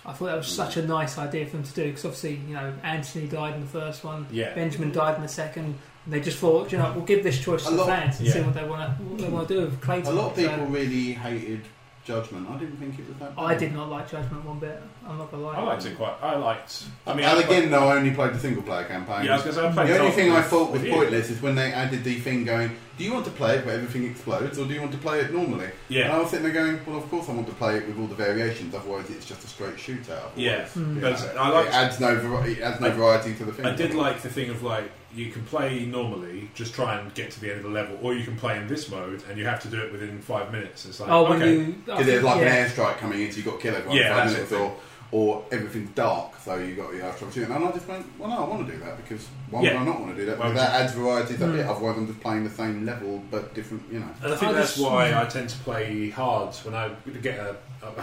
B: I thought that was such
C: Mm.
B: a nice idea for them to do because obviously you know Anthony died in the first one,
A: Yeah.
B: Benjamin died in the second. And they just thought, you know, we'll give this choice
C: A
B: to the
C: lot-
B: fans and see
A: yeah.
B: what they want to what they want to do with Clayton.
C: a lot of
B: So-
C: people really hated Judgment. I didn't think it was that.
B: I did not like Judgment one bit. I'm not gonna lie.
A: I liked it quite. I liked. I
C: I
A: mean,
C: mean, and
A: I-
C: again, though, I only played the single player campaign.
A: yeah, I was going to say. I played
C: the only
A: Dark
C: thing I
A: with-
C: thought was
A: with you.
C: pointless is when they added the thing going, do you want to play it where everything explodes or do you want to play it normally? And
A: Yeah,
C: I was sitting there going, well, of course I want to play it with all the variations, otherwise it's just a straight shootout. Otherwise,
A: yeah.
C: you
A: But
C: know,
A: I liked-
C: it adds no, vari- it adds no
A: I-
C: variety to the thing.
A: I did like the thing of like you can play normally, just try and get to the end of the level, or you can play in this mode and you have to do it within five minutes. It's like
B: Oh, when
A: okay,
B: you I
C: Because there's
B: think-
C: like
B: yeah.
C: an airstrike coming in, so you've got to kill everyone
A: Yeah,
C: in five
A: that's
C: minutes,
A: the
C: or, or everything's dark, so you've got your airstrike shooting. And I just went, well, no, I want to do that because why
A: Yeah.
C: would I not want to do that?
A: Why would
C: Because that adds variety to
B: Hmm.
C: it, otherwise I'm just playing the same level but different, you know.
A: And I think
B: I
A: that's
B: just-
A: why I tend to play hard when I get a.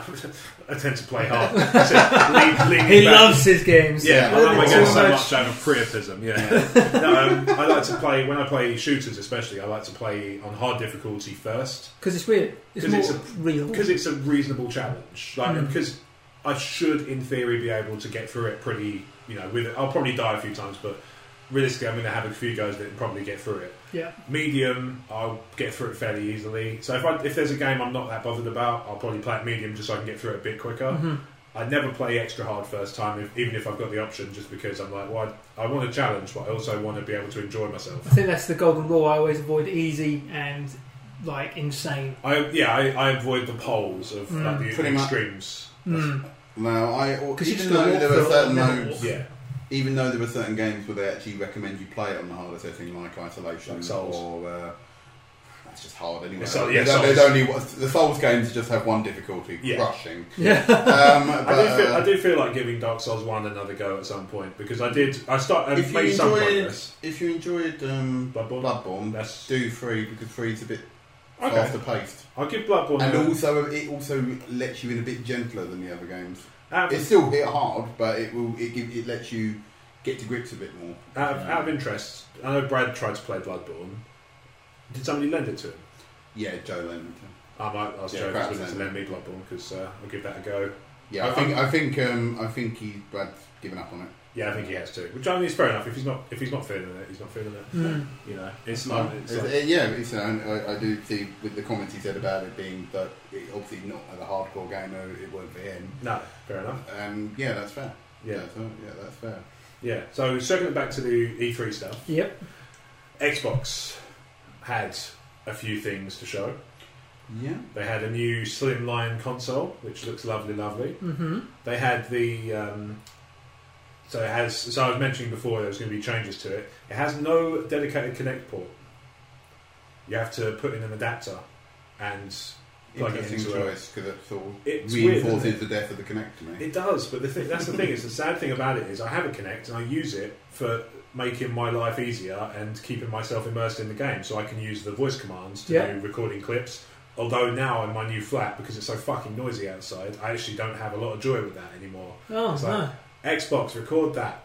A: I tend to play hard. So, lean- leaning
B: He
A: back.
B: loves his games.
A: Yeah, I
C: Yeah,
A: love my
C: it's
A: games so
B: almost-
A: much I have a priapism. Yeah, no, um, I like to play when I play shooters, especially. I like to play on hard difficulty first
B: Because it's weird. It's
A: 'Cause
B: more
A: it's
B: real.
A: because it's a reasonable challenge. Like
B: Mm.
A: because I should, in theory, be able to get through it pretty. You know, with it. I'll probably die a few times, but realistically, I'm going to have a few goes that and probably get through it.
B: Yeah.
A: Medium, I'll get through it fairly easily. So if I, if there's a game I'm not that bothered about, I'll probably play it medium just so I can get through it a bit quicker.
B: Mhm.
A: I never play extra hard first time, if, even if I've got the option, just because I'm like, well, I, I want a challenge, but I also want to be able to enjoy
B: I
A: myself.
B: think that's the golden rule. I always avoid easy and like insane.
A: I yeah, I, I avoid the poles of
B: Mm.
A: like, the
C: Pretty much.
A: extremes.
B: Mm.
C: No, I
B: Because you
C: even
B: just
C: though
B: walk
C: there were
B: through
C: certain
B: a lot of
C: modes,
B: levels.
A: Yeah,
C: even though there were certain games where they actually recommend you play it on the harder setting, like Isolation
A: Like Souls.
C: or uh, that's just hard anyway.
A: It's so- yeah,
C: there's, there's
A: Souls.
C: only the Souls games just have one difficulty:
A: Yeah.
C: rushing.
B: Yeah.
C: Um, but,
A: I do, feel,
C: uh,
A: I do feel like giving Dark Souls one another go at some point because I did. I start I
C: If you
A: made some
C: enjoy it-
A: progress.
C: if you enjoyed um,
A: Bloodborne.
C: Bloodborne,
A: That's-
C: do three because three's a bit
A: Okay,
C: faster paced,
A: I'll give Bloodborne.
C: and
A: a-
C: also it also lets you in a bit gentler than the other games.
A: out,
C: It's
A: of,
C: still hit hard, but it will it give, it lets you get to grips a bit more. Um,
A: out, of, out of interest, I know Brad tried to play Bloodborne. Did somebody lend it to him?
C: Yeah, Joe Lennon.
A: I might ask
C: Yeah,
A: Joe if
C: perhaps
A: he's willing to
C: then.
A: lend me Bloodborne because uh, I'll give that a go.
C: Yeah, I
A: I-
C: think I think um, I think he Brad's given up on it.
A: Yeah, I think he has to. Which I mean is fair enough. If he's not, if he's not feeling it, he's not feeling it.
B: Mm.
A: You know, it's not. It's
C: It's-
A: like,
C: uh, yeah, it's, uh, and I, I do see with the comments he said about it being that it, obviously not a hardcore gamer, it wasn't for him.
A: no, fair enough.
C: Um, yeah, that's fair.
A: Yeah,
C: that's, uh, yeah, that's fair.
A: yeah. So circling back to the E3 stuff,
B: Yep.
A: Xbox had a few things to show.
C: Yeah,
A: They had a new slimline console, which looks lovely, lovely.
B: Mm-hmm.
A: They had the um, so it has. So I was mentioning before there was going to be changes to it. It has no dedicated Connect port. You have to put in an adapter, and Plug it
C: interesting
A: into a-
C: choice because it sort of
A: It's weird,
C: reinforces
A: isn't
C: the death of the Connect to me.
A: It does, but the thing, that's the thing. Is the sad thing about it is I have a Kinect and I use it for making my life easier and keeping myself immersed in the game, so I can use the voice commands to
B: Yeah.
A: do recording clips. Although now in my new flat, because it's so fucking noisy outside, I actually don't have a lot of joy with that anymore.
B: Oh,
A: It's
B: no.
A: like- Xbox, record that.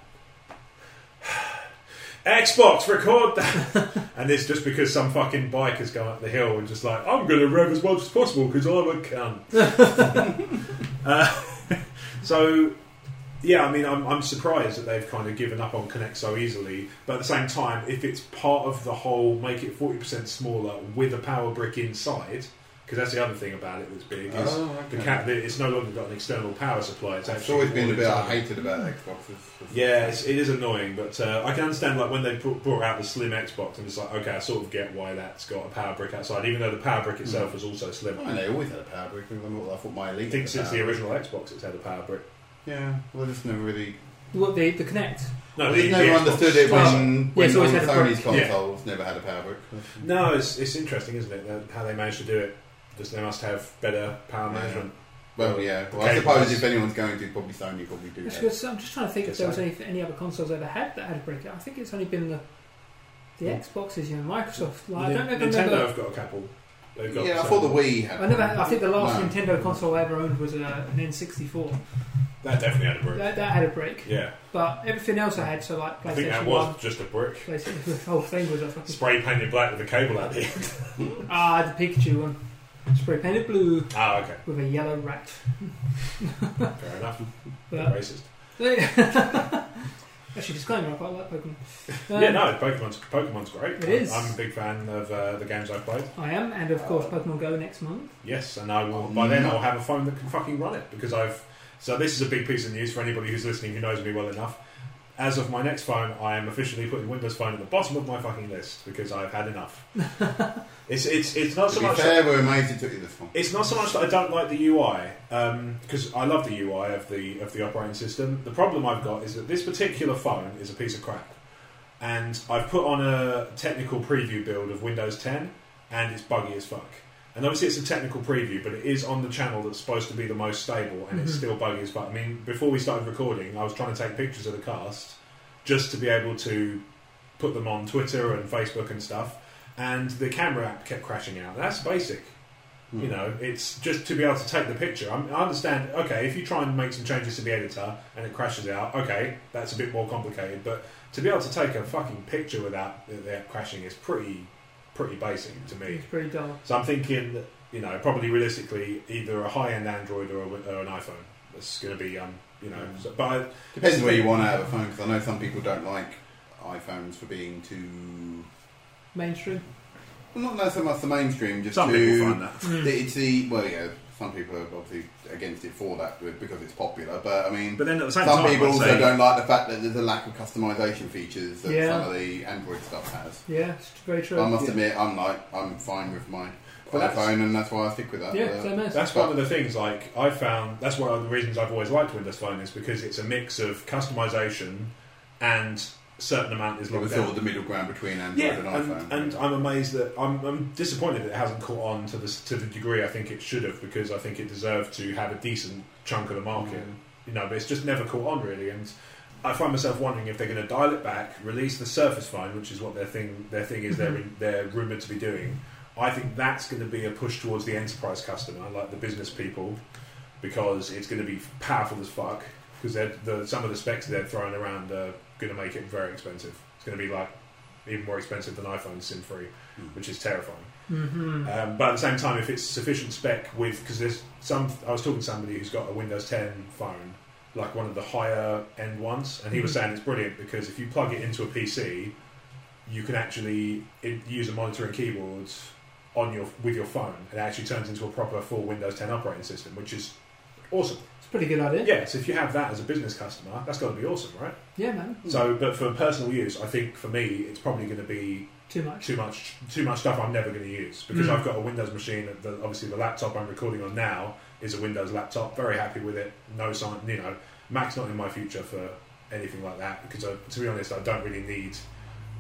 A: Xbox, record that. and it's just because some fucking bike has gone up the hill and just like, I'm going to rev as much as possible because I'm a cunt. uh, so, yeah, I mean, I'm, I'm surprised that they've kind of given up on Connect so easily. But at the same time, if it's part of the whole make it 40% smaller with a power brick inside, because that's the other thing about it that's big, is the
C: Oh, okay.
A: cat, it's no longer got an external power supply. It's
C: It's
A: actually
C: always been a
A: all
C: bit I
A: internal.
C: hated about Xboxes.
A: Yeah, it's, it is annoying, but uh, I can understand like when they brought, brought out the slim Xbox, and it's like, okay, I sort of get why that's got a power brick outside, even though the power brick itself was also slim.
C: I mean, they always had a power brick. I thought my elite.
A: I think
C: had a
A: since
C: power
A: the
C: brick.
A: original Xbox, it's had a power brick.
C: Yeah, well, I just never really
B: What the the Connect?
A: No,
C: Well,
A: the,
C: just
A: the Xbox-
C: never understood it
B: Well,
C: when,
B: yeah,
C: when
B: it's always
C: on
B: had a
C: Sony's
A: brick. Yeah.
C: consoles never had a power brick.
A: No, it's, it's interesting, isn't it? that- How they managed to do it. Just they must have better power
C: Yeah.
A: management.
C: Well, yeah. Well, I
A: Okay,
C: suppose
A: nice.
C: if anyone's going to, probably Sony probably do
B: It's
C: that.
B: good. So I'm just trying to think if there was any, any other consoles I ever had that had a brick. I think it's only been the the
A: Yeah.
B: Xboxes, you know, Microsoft. Like, I don't know. if I
A: Mm. Nintendo
B: remember-
A: have got a couple. They've got
C: Yeah, I
A: some-
C: thought the Wii had.
B: I never. Had, I think the last
C: No.
B: Nintendo console I ever owned was a, an N64.
A: that definitely had a brick.
B: That, that had a brick,
A: Yeah,
B: but everything else I had, so like
A: I think
B: PlayStation
A: that
B: One,
A: was just a brick.
B: PlayStation, the whole thing was a fucking
A: Spray painted black with a cable at the end.
B: ah the Pikachu one, spray painted blue
A: Ah, okay,
B: with a yellow rat.
A: fair enough.
B: But
A: Racist.
B: but Actually, disclaimer: I quite like Pokemon. Um,
A: yeah, no, Pokemon's Pokemon's great.
B: It is.
A: I'm a big fan of uh, the games I have played.
B: I am, and of course, Pokemon Go next month.
A: Yes, and I will. By
B: Mm.
A: then,
C: no.
A: I'll have a phone that can fucking run it because I've. So this is a big piece of news for anybody who's listening who knows me well enough. As of my next phone, I am officially putting Windows Phone at the bottom of my fucking list because I've had enough. it's it's it's not so
C: To be
A: much.
C: fair, we're amazed it took you this long.
A: It's not so much that I don't like the UI because I love the UI of the of the operating system. The problem I've got is that this particular phone is a piece of crap, and I've put on a technical preview build of Windows 10, and it's buggy as fuck. And obviously, it's a technical preview, but it is on the channel that's supposed to be the most stable, and it's
B: Mhm.
A: still buggy as fuck. I mean, before we started recording, I was trying to take pictures of the cast just to be able to put them on Twitter and Facebook and stuff, and the camera app kept crashing out. That's basic.
C: Hmm.
A: You know, it's just to be able to take the picture. I, I understand, okay, if you try and make some changes to the editor and it crashes out, okay, that's a bit more complicated. But to be able to take a fucking picture without it it crashing is pretty, pretty basic to me.
B: It's pretty dull.
A: So I'm thinking, you know, probably realistically, either a high-end Android or, a, or an iPhone. That's going to be, um, you know, so, but I-
C: Depends where you want to have a phone, because I know some people don't like iPhones for being too.
B: Mainstream.
C: Well, not so much the mainstream, just
A: some
C: too.
A: people find that.
B: Mm.
C: It's the well, yeah. Some people are obviously against it for that because it's popular, but I mean,
A: But then at the same
C: some
A: time,
C: people
A: I'd
C: also
A: say-
C: don't like the fact that there's a lack of customisation features that
B: Yeah.
C: some of the Android stuff has.
B: Yeah, it's very true.
C: I must
A: Yeah.
C: admit, I'm like, I'm fine with my
A: But that's-
C: iPhone, and that's why I stick with that.
B: yeah,
C: but-
B: same as.
A: That's one of the things. Like I found that's one of the reasons I've always liked Windows Phone is because it's a mix of customization and certain amount is
C: it
A: locked
C: was sort
A: down.
C: of the middle ground between Android
A: Yeah,
C: and iPhone.
A: and, and I'm amazed that I'm, I'm disappointed that it hasn't caught on to the to the degree I think it should have because I think it deserved to have a decent chunk of the market. You know, but it's just never caught on really, and I find myself wondering if they're going to dial it back, release the Surface Phone, which is what their thing their thing is they're in, they're rumored to be doing. I think that's going to be a push towards the enterprise customer, like the business people, because it's going to be powerful as fuck. Because the, some of the specs they're throwing around are going to make it very expensive. It's going to be like even more expensive than iPhone SIM free,
C: Mm.
A: which is terrifying.
B: Mm-hmm.
A: Um, but at the same time, if it's sufficient spec with because there's some, I was talking to somebody who's got a Windows 10 phone, like one of the higher end ones, and he was
B: Mhm.
A: saying it's brilliant because if you plug it into a PC, you can actually i- use a monitor and keyboard on your with your phone, and it actually turns into a proper full Windows 10 operating system, which is awesome.
B: It's a pretty good idea.
A: Yeah, so if you have that as a business customer, that's got to be awesome, right?
B: Yeah, man.
A: So, but for personal use, I think for me, it's probably going to be
B: Too much.
A: too much too much stuff I'm never going to use because
B: Mm.
A: I've got a Windows machine. The, obviously, the laptop I'm recording on now is a Windows laptop. Very happy with it. No sign, you know, Mac's not in my future for anything like that because, I, to be honest, I don't really need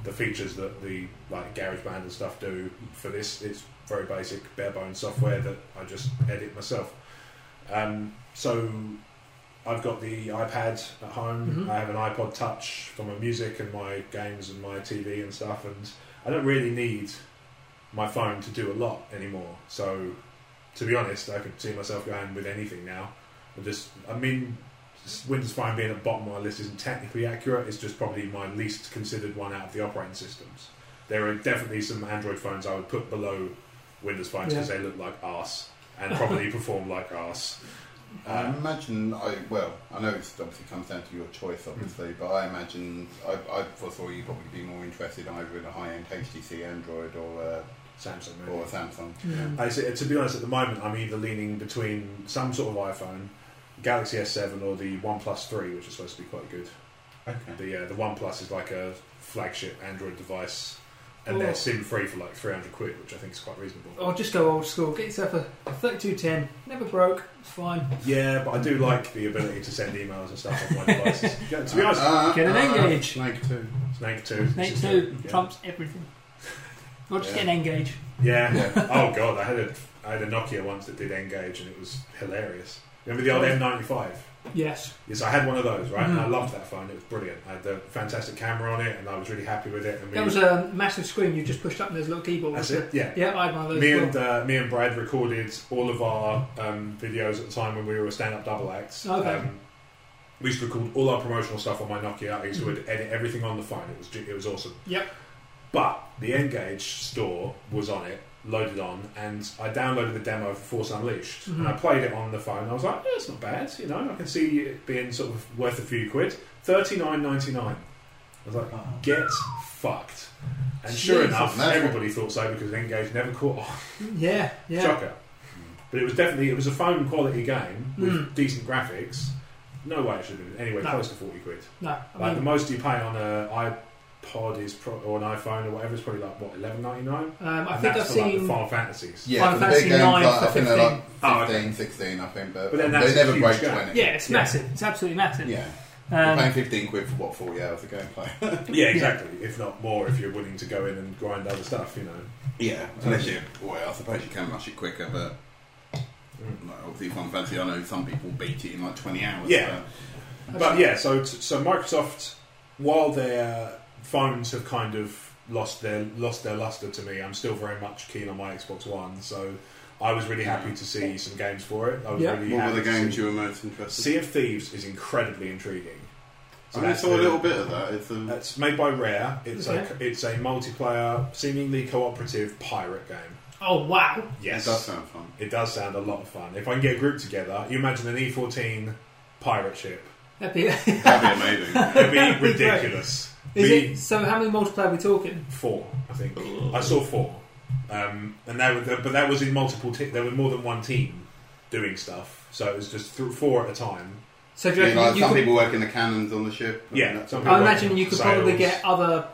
A: the features that the like GarageBand and stuff do for this. It's very basic, bare bones software that I just edit myself. Um, so I've got the iPad at home.
B: Mhm.
A: I have an iPod Touch for my music and my games and my TV and stuff. And I don't really need my phone to do a lot anymore. So, to be honest, I could see myself going with anything now. I just, I mean, Windows Phone being at the bottom of my list isn't technically accurate. It's just probably my least considered one out of the operating systems. There are definitely some Android phones I would put below Windows phones because they look like arse and probably perform like arse.
C: I
A: Um,
C: imagine I well, I know it's obviously comes down to your choice, obviously, but I imagine I, I foresaw you'd probably be more interested either in a high-end HTC Android or a,
A: Samsung. Maybe.
C: or a Samsung.
B: Mm.
A: I say, to be honest, at the moment, I'm either leaning between some sort of iPhone, Galaxy S7, or the OnePlus 3, which is supposed to be quite good.
C: Okay.
A: The uh, the OnePlus is like a flagship Android device, and
B: Oh.
A: they're SIM free for like 300 quid, which I think is quite reasonable.
B: Or just go old school. Get yourself a 3210. Never broke. It's fine.
A: Yeah, but I do like the ability to send emails and stuff on my devices. Yeah, to be honest,
C: Uh,
B: Get an engage.
C: Snake two.
A: Snake 2.
B: Snake
A: Snake
B: 2
A: yeah.
B: trumps everything. Or just
C: Yeah.
B: get an engage.
A: Yeah.
C: Yeah.
A: Oh god, I had a I had a Nokia once that did engage, and it was hilarious. Remember the old M95?
B: Yes.
A: Yes, I had one of those, right? And I
B: Mhm.
A: loved that phone. It was brilliant. I had the fantastic camera on it, and I was really happy with it. And me,
B: That was a massive screen you just pushed up and there's a little keyboard.
A: that's it. Yeah.
B: Yeah, I had one of those.
A: Me
B: as
A: and uh, me and Brad recorded all of our um, videos at the time when we were a stand-up double acts.
B: Okay.
A: Um, we used to record all our promotional stuff on my Nokia. I used to edit everything on the phone. It was ju- it was awesome.
B: Mm-hmm. Yep.
A: But the Engage store was on it, loaded on, and I downloaded the demo for Force Unleashed. And I
B: Mm-hmm.
A: played it on the phone. I was like, yeah, it's not bad. You know, I can see it being sort of worth a few quid. Thirty nine ninety nine. I was like, get fucked. And sure
B: Jesus.
A: enough,
C: That's-
A: everybody thought so because Engage never caught on.
B: Yeah, yeah.
A: Shocker. But it was definitely it was a phone quality game with decent graphics. No way it should have been anyway
B: Hmm. No.
A: close to forty quid.
B: No, I
A: Like the
B: mean,
A: most you pay on a iPod is pro- or an iPhone or whatever is probably like what eleven ninety nine.
B: um, I
A: And
B: think I've
A: that's for like the
B: seen.
A: Final Fantasies.
B: Final
C: Yeah, for the
B: Fantasy
C: big games,
B: nine
C: like,
B: for
C: I think they're like 15,
A: Oh, okay.
C: 16, I think, but,
A: But then
C: they
A: that's
C: never
A: a huge
C: break
A: gap.
C: 20.
B: yeah, it's
A: Yeah.
B: massive. It's absolutely massive.
C: Yeah. You're
B: Um,
C: paying 15 quid for what, 40 hours of gameplay?
A: Yeah, exactly. If not more, if you're willing to go in and grind other stuff, you know.
C: yeah, unless you. Well, I suppose you can rush it quicker, but.
A: Mm.
C: Like, obviously, Final Fantasy, I know some people beat it in like 20 hours.
A: Yeah. But yeah, so so Microsoft, while their phones have kind of lost their lost their luster to me, I'm still very much keen on my Xbox One. So I was really happy to see some games for it. I was
B: Yeah.
A: really
C: But Mm. what
A: happy
C: were the
A: to
C: games
A: see-
C: you were most interested in?
A: Sea of Thieves is incredibly intriguing. So
C: I only
A: that's
C: saw a
A: the-
C: little bit of that. It's um, a,
A: It's made by Rare. It's
B: Okay.
A: a it's a multiplayer, seemingly cooperative pirate game.
B: oh wow!
A: Yes,
C: It does sound fun.
A: It does sound a lot of fun. If I can get a group together, you imagine an E14 pirate ship.
B: That'd be. is
C: That'd be
A: It'd
C: amazing.
B: That'd
A: be
B: be great.
A: ridiculous. Be
B: it so? How many multiplayer are we talking?
A: four? I think I saw four, um, and they were, but that was in multiple. Te- there were more than one team doing stuff, so it was just th- four at a time.
B: So do you
C: You
B: reckon
C: know,
B: you
C: some
B: could,
C: people work in the cannons on the ship. and
A: Yeah,
C: that
A: some
C: sort
B: I
C: of
A: people-
B: imagine you could
A: Sales.
B: probably get other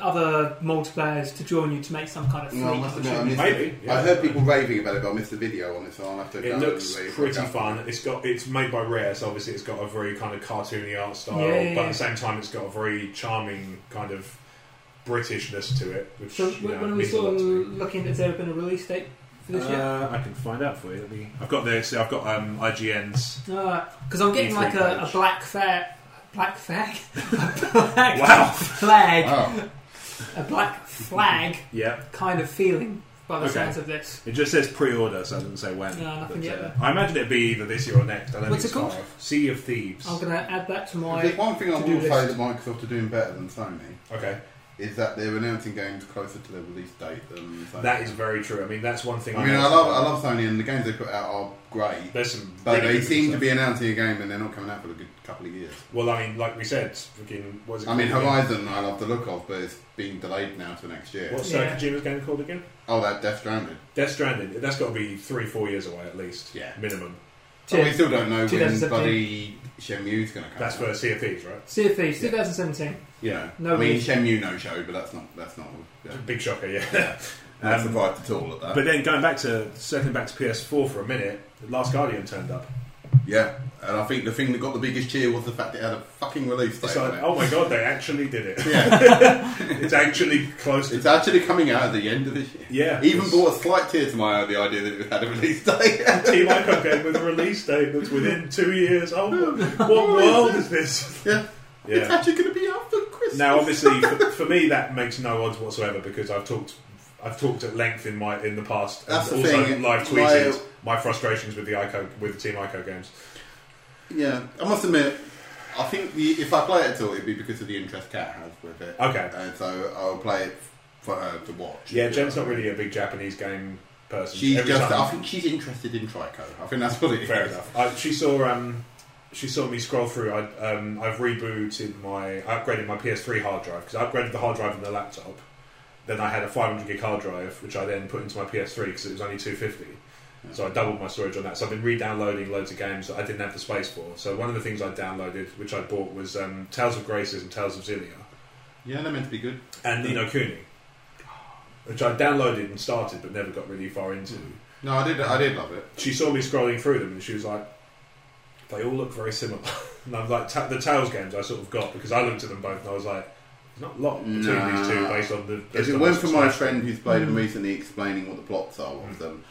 B: other multiplayers to join you to make some kind of
C: thing.
B: fleet.
C: No, I must admit, I missed
A: Maybe,
C: it.
A: yeah.
C: I heard people raving about it, but I missed the video on it, so I'll have to.
A: It
C: download
A: looks
C: the video.
A: pretty fun. It's got it's made by Rare, so obviously it's got a very kind of cartoony art style,
B: Yeah, yeah,
A: but at
B: yeah.
A: the same time it's got a very charming kind of Britishness to it, which
B: so
A: you know,
B: when when are we
A: means a
B: sort
A: lot
B: of
A: to me.
B: looking, has there been a release date for this year?
A: Uh, I can find out for you. Let me. I've got this. I've got um, IGN's.
B: because I'm getting
A: E3
B: like a, a
A: page.
B: black flag, black flag, a black
A: Wow.
B: flag,
C: Wow.
B: a black flag
A: Yeah.
B: kind of feeling by the
A: Okay.
B: sounds of this.
A: It just says pre-order, so it doesn't say when.
B: No, nothing yet,
A: uh, I imagine it'd be either this year or next. I don't
B: What's
A: think
B: it
A: it's
B: called?
A: far off. Sea of Thieves.
B: I'm gonna add that to my.
C: There's one thing I
B: To-do
C: will say
B: list.
C: that Microsoft are doing better than Sony
A: Okay,
C: is that they're announcing games closer to their release date than Sony.
A: that is very true. I mean, that's one thing.
C: I mean, I
A: noticed
C: love,
A: about-
C: I love Sony, and the games they put out are great.
A: There's some.
C: But
A: really
C: they
A: good
C: seem to
A: stuff.
C: be announcing a game, and they're not coming out for a good couple of years.
A: Well, I mean, like we said, freaking. What is it
C: I mean,
A: called again?
C: Horizon, I love the look of, but it's being delayed now to next year.
A: What's
B: Yeah.
A: uh, Kojima's game called again?
C: Oh, that Death Stranded.
A: Death Stranded. That's got to be three, four years away at least.
C: Yeah.
A: minimum.
C: Oh, we still don't know when
B: 2017.
C: bloody Shenmue's going to come.
A: That's
C: out.
A: for Sea of Thieves, right?
B: Sea of Thieves,
C: Yeah.
B: 2017.
C: yeah.
B: No
C: I mean,
B: news.
C: Shenmue no show, but that's not that's not. Yeah.
A: Big shocker, yeah. Um,
C: Not surprised at all at that.
A: But then going back to circling back to PS4 for a minute, The Last Guardian turned up.
C: yeah, and I think the thing that got the biggest cheer was the fact it had a fucking release date.
A: It's
C: on
A: like,
C: it.
A: oh my god, they actually did it.
C: Yeah,
A: It's actually close to.
C: it's actually coming out at the end of this year.
A: Yeah,
C: Even
A: it's-
C: brought a slight tear to my eye the idea that it had a release date.
A: Team Ico game with a release date that's within two years. Oh, what, what world is this?
C: yeah. it's
A: Yeah.
C: actually going to be out for Christmas.
A: Now, obviously, for, for me, that makes no odds whatsoever because I've talked, I've talked at length in my in the past,
C: That's the
A: and also
C: thing,
A: live
C: my-
A: tweeted my, frustrations with the Ico with the Team Ico games.
C: Yeah, I must admit, I think the, if I play it at all, it'd be because of the interest Cat has with it.
A: Okay.
C: and so I'll play it for her to watch.
A: Yeah, Jen's not really a big Japanese game person.
C: She's
A: Every
C: just.
A: time-
C: I think she's interested in Trico. I think that's what it is.
A: Fair enough. I, she saw um, she saw me scroll through. I, um, I've rebooted my, I upgraded my PS3 hard drive because I upgraded the hard drive on the laptop. Then I had a 500 gig hard drive, which I then put into my PS3 because it was only 250. So I doubled my storage on that. So I've been re-downloading loads of games that I didn't have the space for. So one of the things I downloaded, which I bought, was um, Tales of Graces and Tales of Zillia
C: Yeah, they're meant to be good.
A: and Nino Kuni, which I downloaded and started but never got really far into
C: No, I did. I did love it.
A: she saw me scrolling through them and she was like, they all look very similar. and I'm like, ta- the Tails games I sort of got because I looked at them both and I was like, there's not a lot between
C: Nah.
A: these two based on the.
C: If
A: based
C: it
A: on
C: weren't
A: the
C: for my
A: smash.
C: friend who's played
A: Mm.
C: them recently explaining what the plots are of them,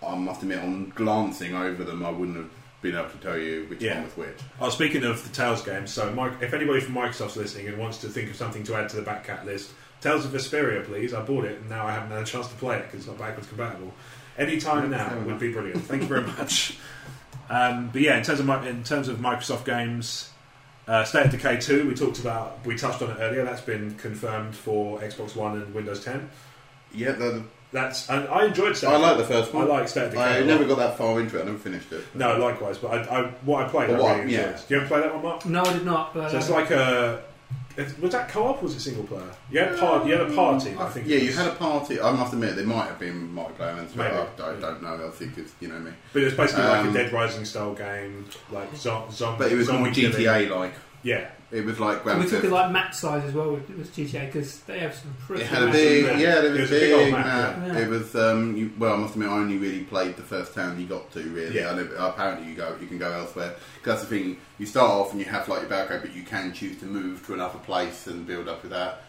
C: I must admit, on glancing over them, I wouldn't have been able to tell you which
A: Yeah.
C: one was which.
A: Oh, speaking of the Tails games, so Mike, if anybody from Microsoft's listening and wants to think of something to add to the back cat list, Tales of Vesperia, please. I bought it and now I haven't had a chance to play it because it's not backwards compatible. Any time
C: Yeah,
A: now
C: fair
A: would
C: enough.
A: be brilliant. Thank you very much. Um, but yeah, in terms of mi- in terms of Microsoft games, Uh, State of Decay 2, we talked about, we touched on it earlier. That's been confirmed for Xbox One and Windows 10.
C: Yeah, the,
A: That's and I enjoyed State.
C: I
A: of-
C: like the first
A: I
C: one.
A: like State of Decay.
C: I
A: a lot.
C: never got that far into it. I never finished it.
A: No, likewise. But I, I what I played,
C: But
A: I
C: what-
A: really enjoyed.
C: yeah.
A: Do you ever play that one, Mark?
B: No, I did not. But,
A: So it's
B: uh,
A: like a. it- Was that co-op? or Was it single player? You had, par- you had a party. I think.
C: Yeah,
A: it
C: you
A: was.
C: had a party. I must admit, there might have been multiplayer and
A: Maybe.
C: stuff. I, I don't know. Obviously, because you know me.
A: But it was basically like a
C: Um,
A: Dead Rising style game, like zo- zombie.
C: But it was more
A: zombie killing.
C: GTA like.
A: Yeah,
C: It was like
B: and
C: Grand
B: we took
C: Theft.
B: it like map size as well with, with GTA because they have some pretty.
C: it had a
B: massive
C: big,
B: map.
C: yeah, there was,
A: It was
C: a big,
A: old map,
C: map.
B: yeah.
C: It was, um, you, well, I must admit, I only really played the first town you got to. Really,
A: Yeah.
C: I live, apparently you go, you can go elsewhere. 'Cause that's the thing. You start off and you have like your background, but you can choose to move to another place and build up with that.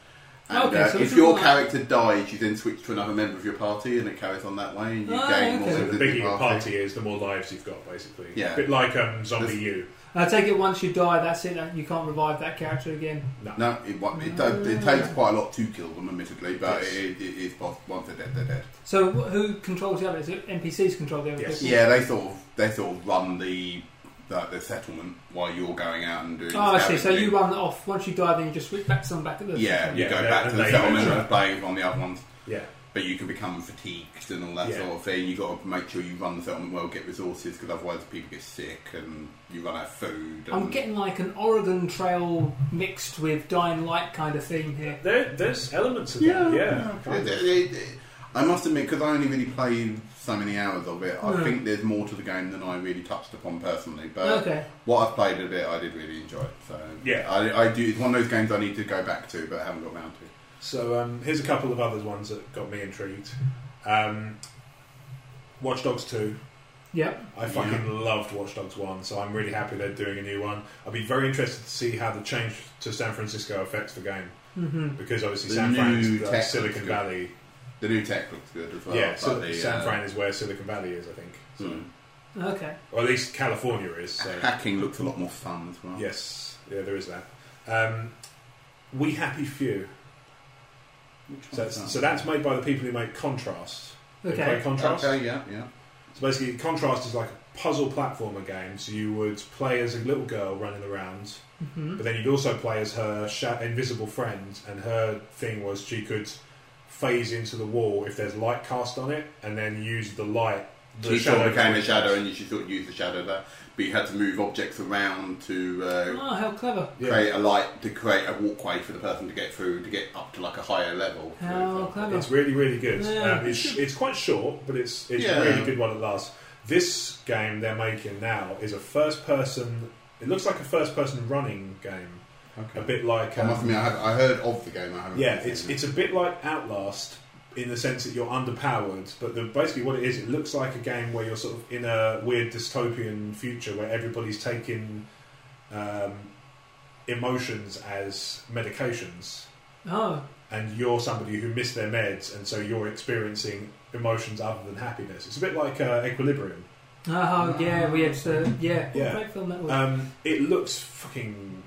C: And
B: Okay,
C: uh,
B: so this
C: if
B: is
C: your
B: like-
C: character dies, you then switch to another member of your party, and it carries on that way, and you
B: Oh,
C: gain
B: okay.
C: more
A: so the
C: members of
A: bigger
C: your
A: your
C: party.
A: party is, the more lives you've got, basically.
C: Yeah.
A: bit like um, Zombie U.
B: And I take it once you die, that's it. uh, You can't revive that character again.
C: No, it, wa- it, does, it takes quite a lot to kill them, admittedly, but
A: Yes.
C: it, it, it is possible. Once they're dead, they're dead.
B: So wh- who controls the other? Is it NPCs control the other?
A: Yes.
B: people?
C: Yeah, they sort of they sort of run the the, the settlement while you're going out and doing.
B: Oh, I
C: the
B: see. So
C: scavenging.
B: you run that off. Once you die, then you just switch back to some back at the.
C: Yeah, you
A: Yeah,
C: go
A: they-
C: back to the
A: they
C: settlement
A: go-
C: and play on the other ones,
A: Yeah,
C: but you can become fatigued and all that
A: Yeah.
C: sort of thing. You got to make sure you run the settlement well, get resources, because otherwise people get sick and you run out of food. And
B: I'm getting like an Oregon Trail mixed with Dying Light kind of theme here.
A: there, there's elements of that.
B: Oh,
A: Yeah,
C: It-
A: kind of.
C: it- it- it- I must admit, because I only really played so many hours of it, I
B: Yeah.
C: think there's more to the game than I really touched upon personally. But
B: okay.
C: what I've played a bit, I did really enjoy it. So
A: Yeah.
C: I, I do. It's one of those games I need to go back to, but I haven't got round to.
A: So um, here's a couple of other ones that got me intrigued. Um, Watch Dogs Two.
B: Yep.
A: I fucking loved Watch Dogs 1, so I'm really happy they're doing a new one. I'd be very interested to see how the change to San Francisco affects the game.
B: hmm
A: Because obviously
C: The
A: San
C: new
A: Fran is the
C: tech
A: Silicon
C: looks good.
A: Valley.
C: The new tech looks good as well.
A: yeah,
C: but
A: so um,
C: the,
A: San
C: uh,
A: Fran is where Silicon Valley is, I think. So-
C: hmm,
B: Okay.
A: Or at least California is. So.
C: hacking looks a lot more fun as well.
A: Yes, yeah, there is that. Um, we Happy Few.
C: Which
A: So
C: one's
A: that's, so
C: that?
A: that's made by the people who make Contrast. They
B: Okay.
A: play Contrast.
C: Okay, yeah, yeah.
A: So basically, Contrast is like a puzzle platformer game. So you would play as a little girl running around,
B: hmm
A: But then you'd also play as her sha- invisible friend, and her thing was she could phase into the wall if there's light cast on it, and then use the light. The
C: She sort of became
A: to-
C: a shadow, and she sort of used the shadow there. But you had to move objects around to uh,
B: Oh, how clever!
A: Yeah.
C: create a light to create a walkway for the person to get through to get up to like a higher level. for
B: How
C: example.
B: Oh, clever!
A: It's really, really good.
B: Yeah.
A: Um, it's, it's quite short, but it's it's
C: Yeah.
A: a really good one at last. This game they're making now is a first person. It looks like a first person running game, a bit like
C: I
A: um,
C: must admit, I, have, I heard of the game. I haven't.
A: Yeah,
C: seen
A: it's
C: it.
A: it's a bit like Outlast in the sense that you're underpowered, but the, basically what it is, it looks like a game where you're sort of in a weird dystopian future where everybody's taking um, emotions as medications,
B: Oh,
A: and you're somebody who missed their meds, and so you're experiencing emotions other than happiness. It's a bit like uh, Equilibrium.
B: oh yeah, we had to. Yeah,
A: Yeah.
B: great film that was.
A: Um, it looks fucking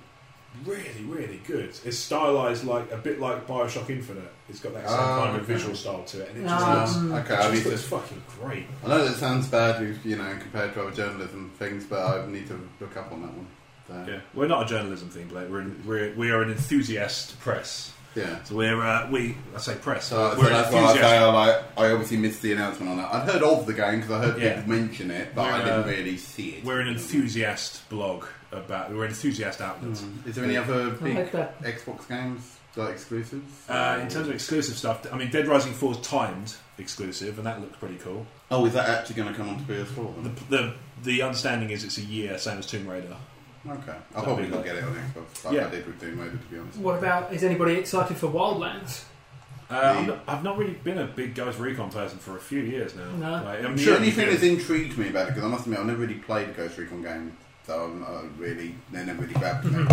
A: really, really good. It's stylized like a bit like Bioshock Infinite. It's got that same
C: Ah,
A: kind of
C: okay.
A: visual style to it, and it just
B: Ah.
A: looks
B: um,
C: okay,
A: It
C: I,
A: just
C: need to,
A: looks fucking great.
C: I know that sounds bad, if, you know, compared to other journalism things, but I need to look up on that one. So,
A: Yeah, we're not a journalism thing, Blake. We're, in, we're we are an enthusiast press.
C: yeah.
A: So we're uh, we I say press.
C: So, so
A: we're
C: that's why I say I, like, I obviously missed the announcement on that. I'd heard of the game because I heard
A: Yeah.
C: people mention it, but I
A: We're,
C: didn't
A: uh,
C: really see it. Mm.
A: We're an enthusiast blog about we're an enthusiast outlet.
C: Mm. Is there any other
B: I
C: big
B: like that.
C: Xbox games like exclusives?
A: Uh, in terms of exclusive stuff, I mean, Dead Rising 4 is timed exclusive, and that looks pretty cool.
C: oh, is that actually going to come on to PS4?
A: The, the the understanding is it's a year, same as Tomb Raider.
C: Okay,
A: So
C: I'll probably
A: it'll
C: not
A: be
C: get it on Xbox like
A: Yeah.
C: I did with Doom Raider, to be honest.
B: What about? Is anybody excited for Wildlands?
A: Uh, I'm not- I've not really been a big Ghost Recon person for a few years now.
B: No.
A: Like, I'm
C: The
A: sure
C: only
A: it'd be
C: thing
A: good.
C: that's intrigued me about it, because I must admit, I've never really played a Ghost Recon game, so I'm I really, they never really grabbed me.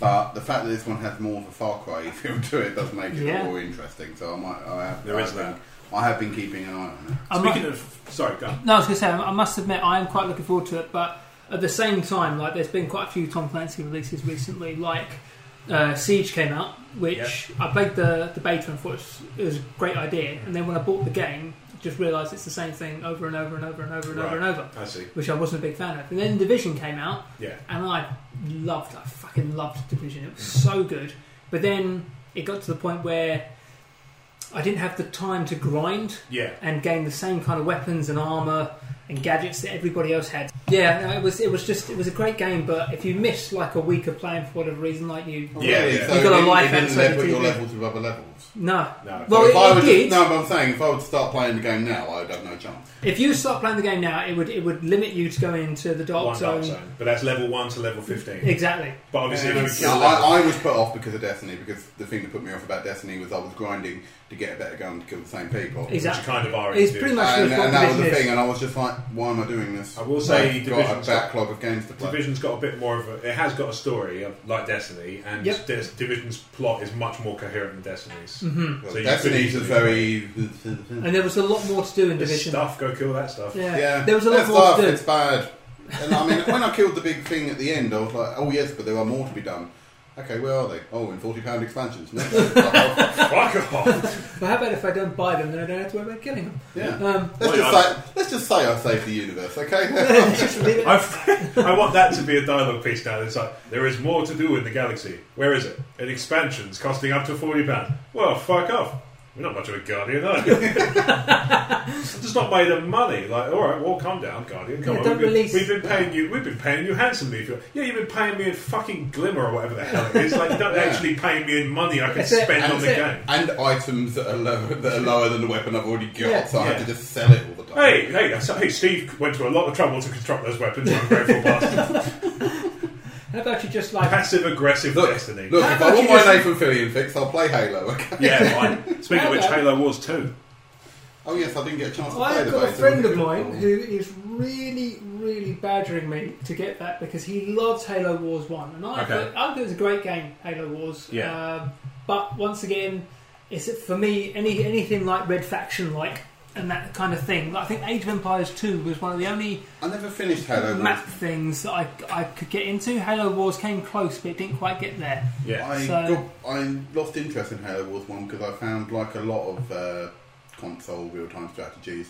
C: But the fact that this one has more of a Far Cry feel to it does make it
B: Yeah.
C: more interesting. So I might, I have,
A: There
C: I
A: is
C: have been-
A: that.
C: I have been keeping an eye on
B: I'm
A: Speaking of, sorry, go.
B: No, I was going to say, I must admit, I am quite looking forward to it, but at the same time, like, there's been quite a few Tom Clancy releases recently, like uh, Siege came out, which I played the, the beta and thought it was, it was a great idea, and then when I bought the game, just realised it's the same thing over and over and over and over and over and over,
A: I see.
B: which I wasn't a big fan of. And then Division came out,
A: Yeah.
B: and I loved, I fucking loved Division. It was so good. But then it got to the point where I didn't have the time to grind
A: Yeah.
B: and gain the same kind of weapons and armor and gadgets that everybody else had. Yeah, no, it was it was just it was a great game. But if you missed like a week of playing for whatever reason, like you,
A: Yeah, yeah.
C: So
B: You've got a
C: it- it
B: life
C: didn't
B: outside
C: level
B: the
C: your
B: TV.
C: levels with other levels.
B: no.
A: No.
B: Well,
C: if I
B: it,
C: were
B: it
C: to-
B: did.
C: no, but I'm saying if I were to start playing the game now, I'd have no chance.
B: If you start playing the game now, it would it would limit you to going into the dark,
A: One
B: zone.
A: dark zone. But that's level 1 to level 15.
B: Exactly.
A: But obviously,
B: Yeah,
A: if
B: it's-
A: you
C: Yeah,
A: kill level-
C: I, I was put off because of Destiny. Because the thing that put me off about Destiny was I was grinding to get a better gun to kill the same people.
A: which you
B: Exactly.
A: kind of are
B: It's
A: into.
B: pretty much
C: And,
B: what
C: and that was the
B: Division is.
C: thing, and I was just like, why am I doing this?
A: I will say
C: I've got
A: Division's
C: a backlog of games to play.
A: Division's got a bit more of a. It has got a story, of, like Destiny, and
B: Yep.
A: Des- Division's plot is much more coherent than Destiny's.
B: Mm-hmm.
C: Well,
A: So you
C: Destiny's
A: could
C: is
A: easily-
C: very.
B: And there was a lot more to do in
A: There's
B: Division.
A: stuff, go kill that stuff.
B: Yeah.
C: Yeah,
B: There was a lot
C: There's
B: more
C: stuff,
B: to do.
C: It's bad. And I mean, when I killed the big thing at the end, I was like, oh yes, but there are more to be done. Okay, where are they? Oh, in forty pound expansions. No, yeah.
A: Fuck off!
B: But how about if I don't buy them, then I don't have to worry about killing them? Um,
C: Let's
A: Wait,
C: just
A: I-
C: say, let's just say I saved the universe. Okay.
B: just leave it.
A: I've, I want that to be a dialogue piece now. It's like, there is more to do in the galaxy. Where is it? An expansion's costing up to £40. Well, fuck off. We're not much of a Guardian, are we? It's not made of money. Like, all right, well, calm down, Guardian. Come
B: Yeah,
A: on,
B: don't
A: we've been,
B: release-
A: we've been paying you. We've been paying you handsomely. For, yeah, you've been paying me in fucking glimmer or whatever the hell it is. Like, you don't
C: Yeah.
A: actually pay me in money I can
B: That's it.
A: spend on
C: That's
A: the
B: it.
A: game.
C: and items that are lower that are lower than the weapon I've already got,
B: Yeah.
C: so I
A: Yeah.
C: have to just sell it all the time.
A: Hey, hey, that's, hey! Steve went to a lot of trouble to construct those weapons. I'm grateful bastard.
B: How about you just like
A: Passive aggressive
C: Look,
A: destiny.
C: Look,
B: How
C: if
B: about
C: I want
B: you
C: my
B: just-
C: Nathan Fillion fix, I'll play Halo. Okay.
A: Yeah, fine. Speaking of which,
B: Hello.
A: Halo Wars Two.
C: Oh yes, I didn't get a chance to play
B: I've
C: the
B: got a
C: beta.
B: friend of mine who is really, really badgering me to get that because he loves Halo Wars 1. And I,
A: Okay.
B: thought I think it's a great game, Halo Wars.
A: Yeah.
B: Um, but once again, it's for me any anything like Red Faction like and that kind of thing. I think Age of Empires 2 was one of the only
C: I never finished Halo. Wars.
B: map things that I, I could get into. Halo Wars came close, but it didn't quite get there.
A: Yeah,
C: I
B: So-
C: got, I lost interest in Halo Wars one because I found like a lot of uh, console real time strategies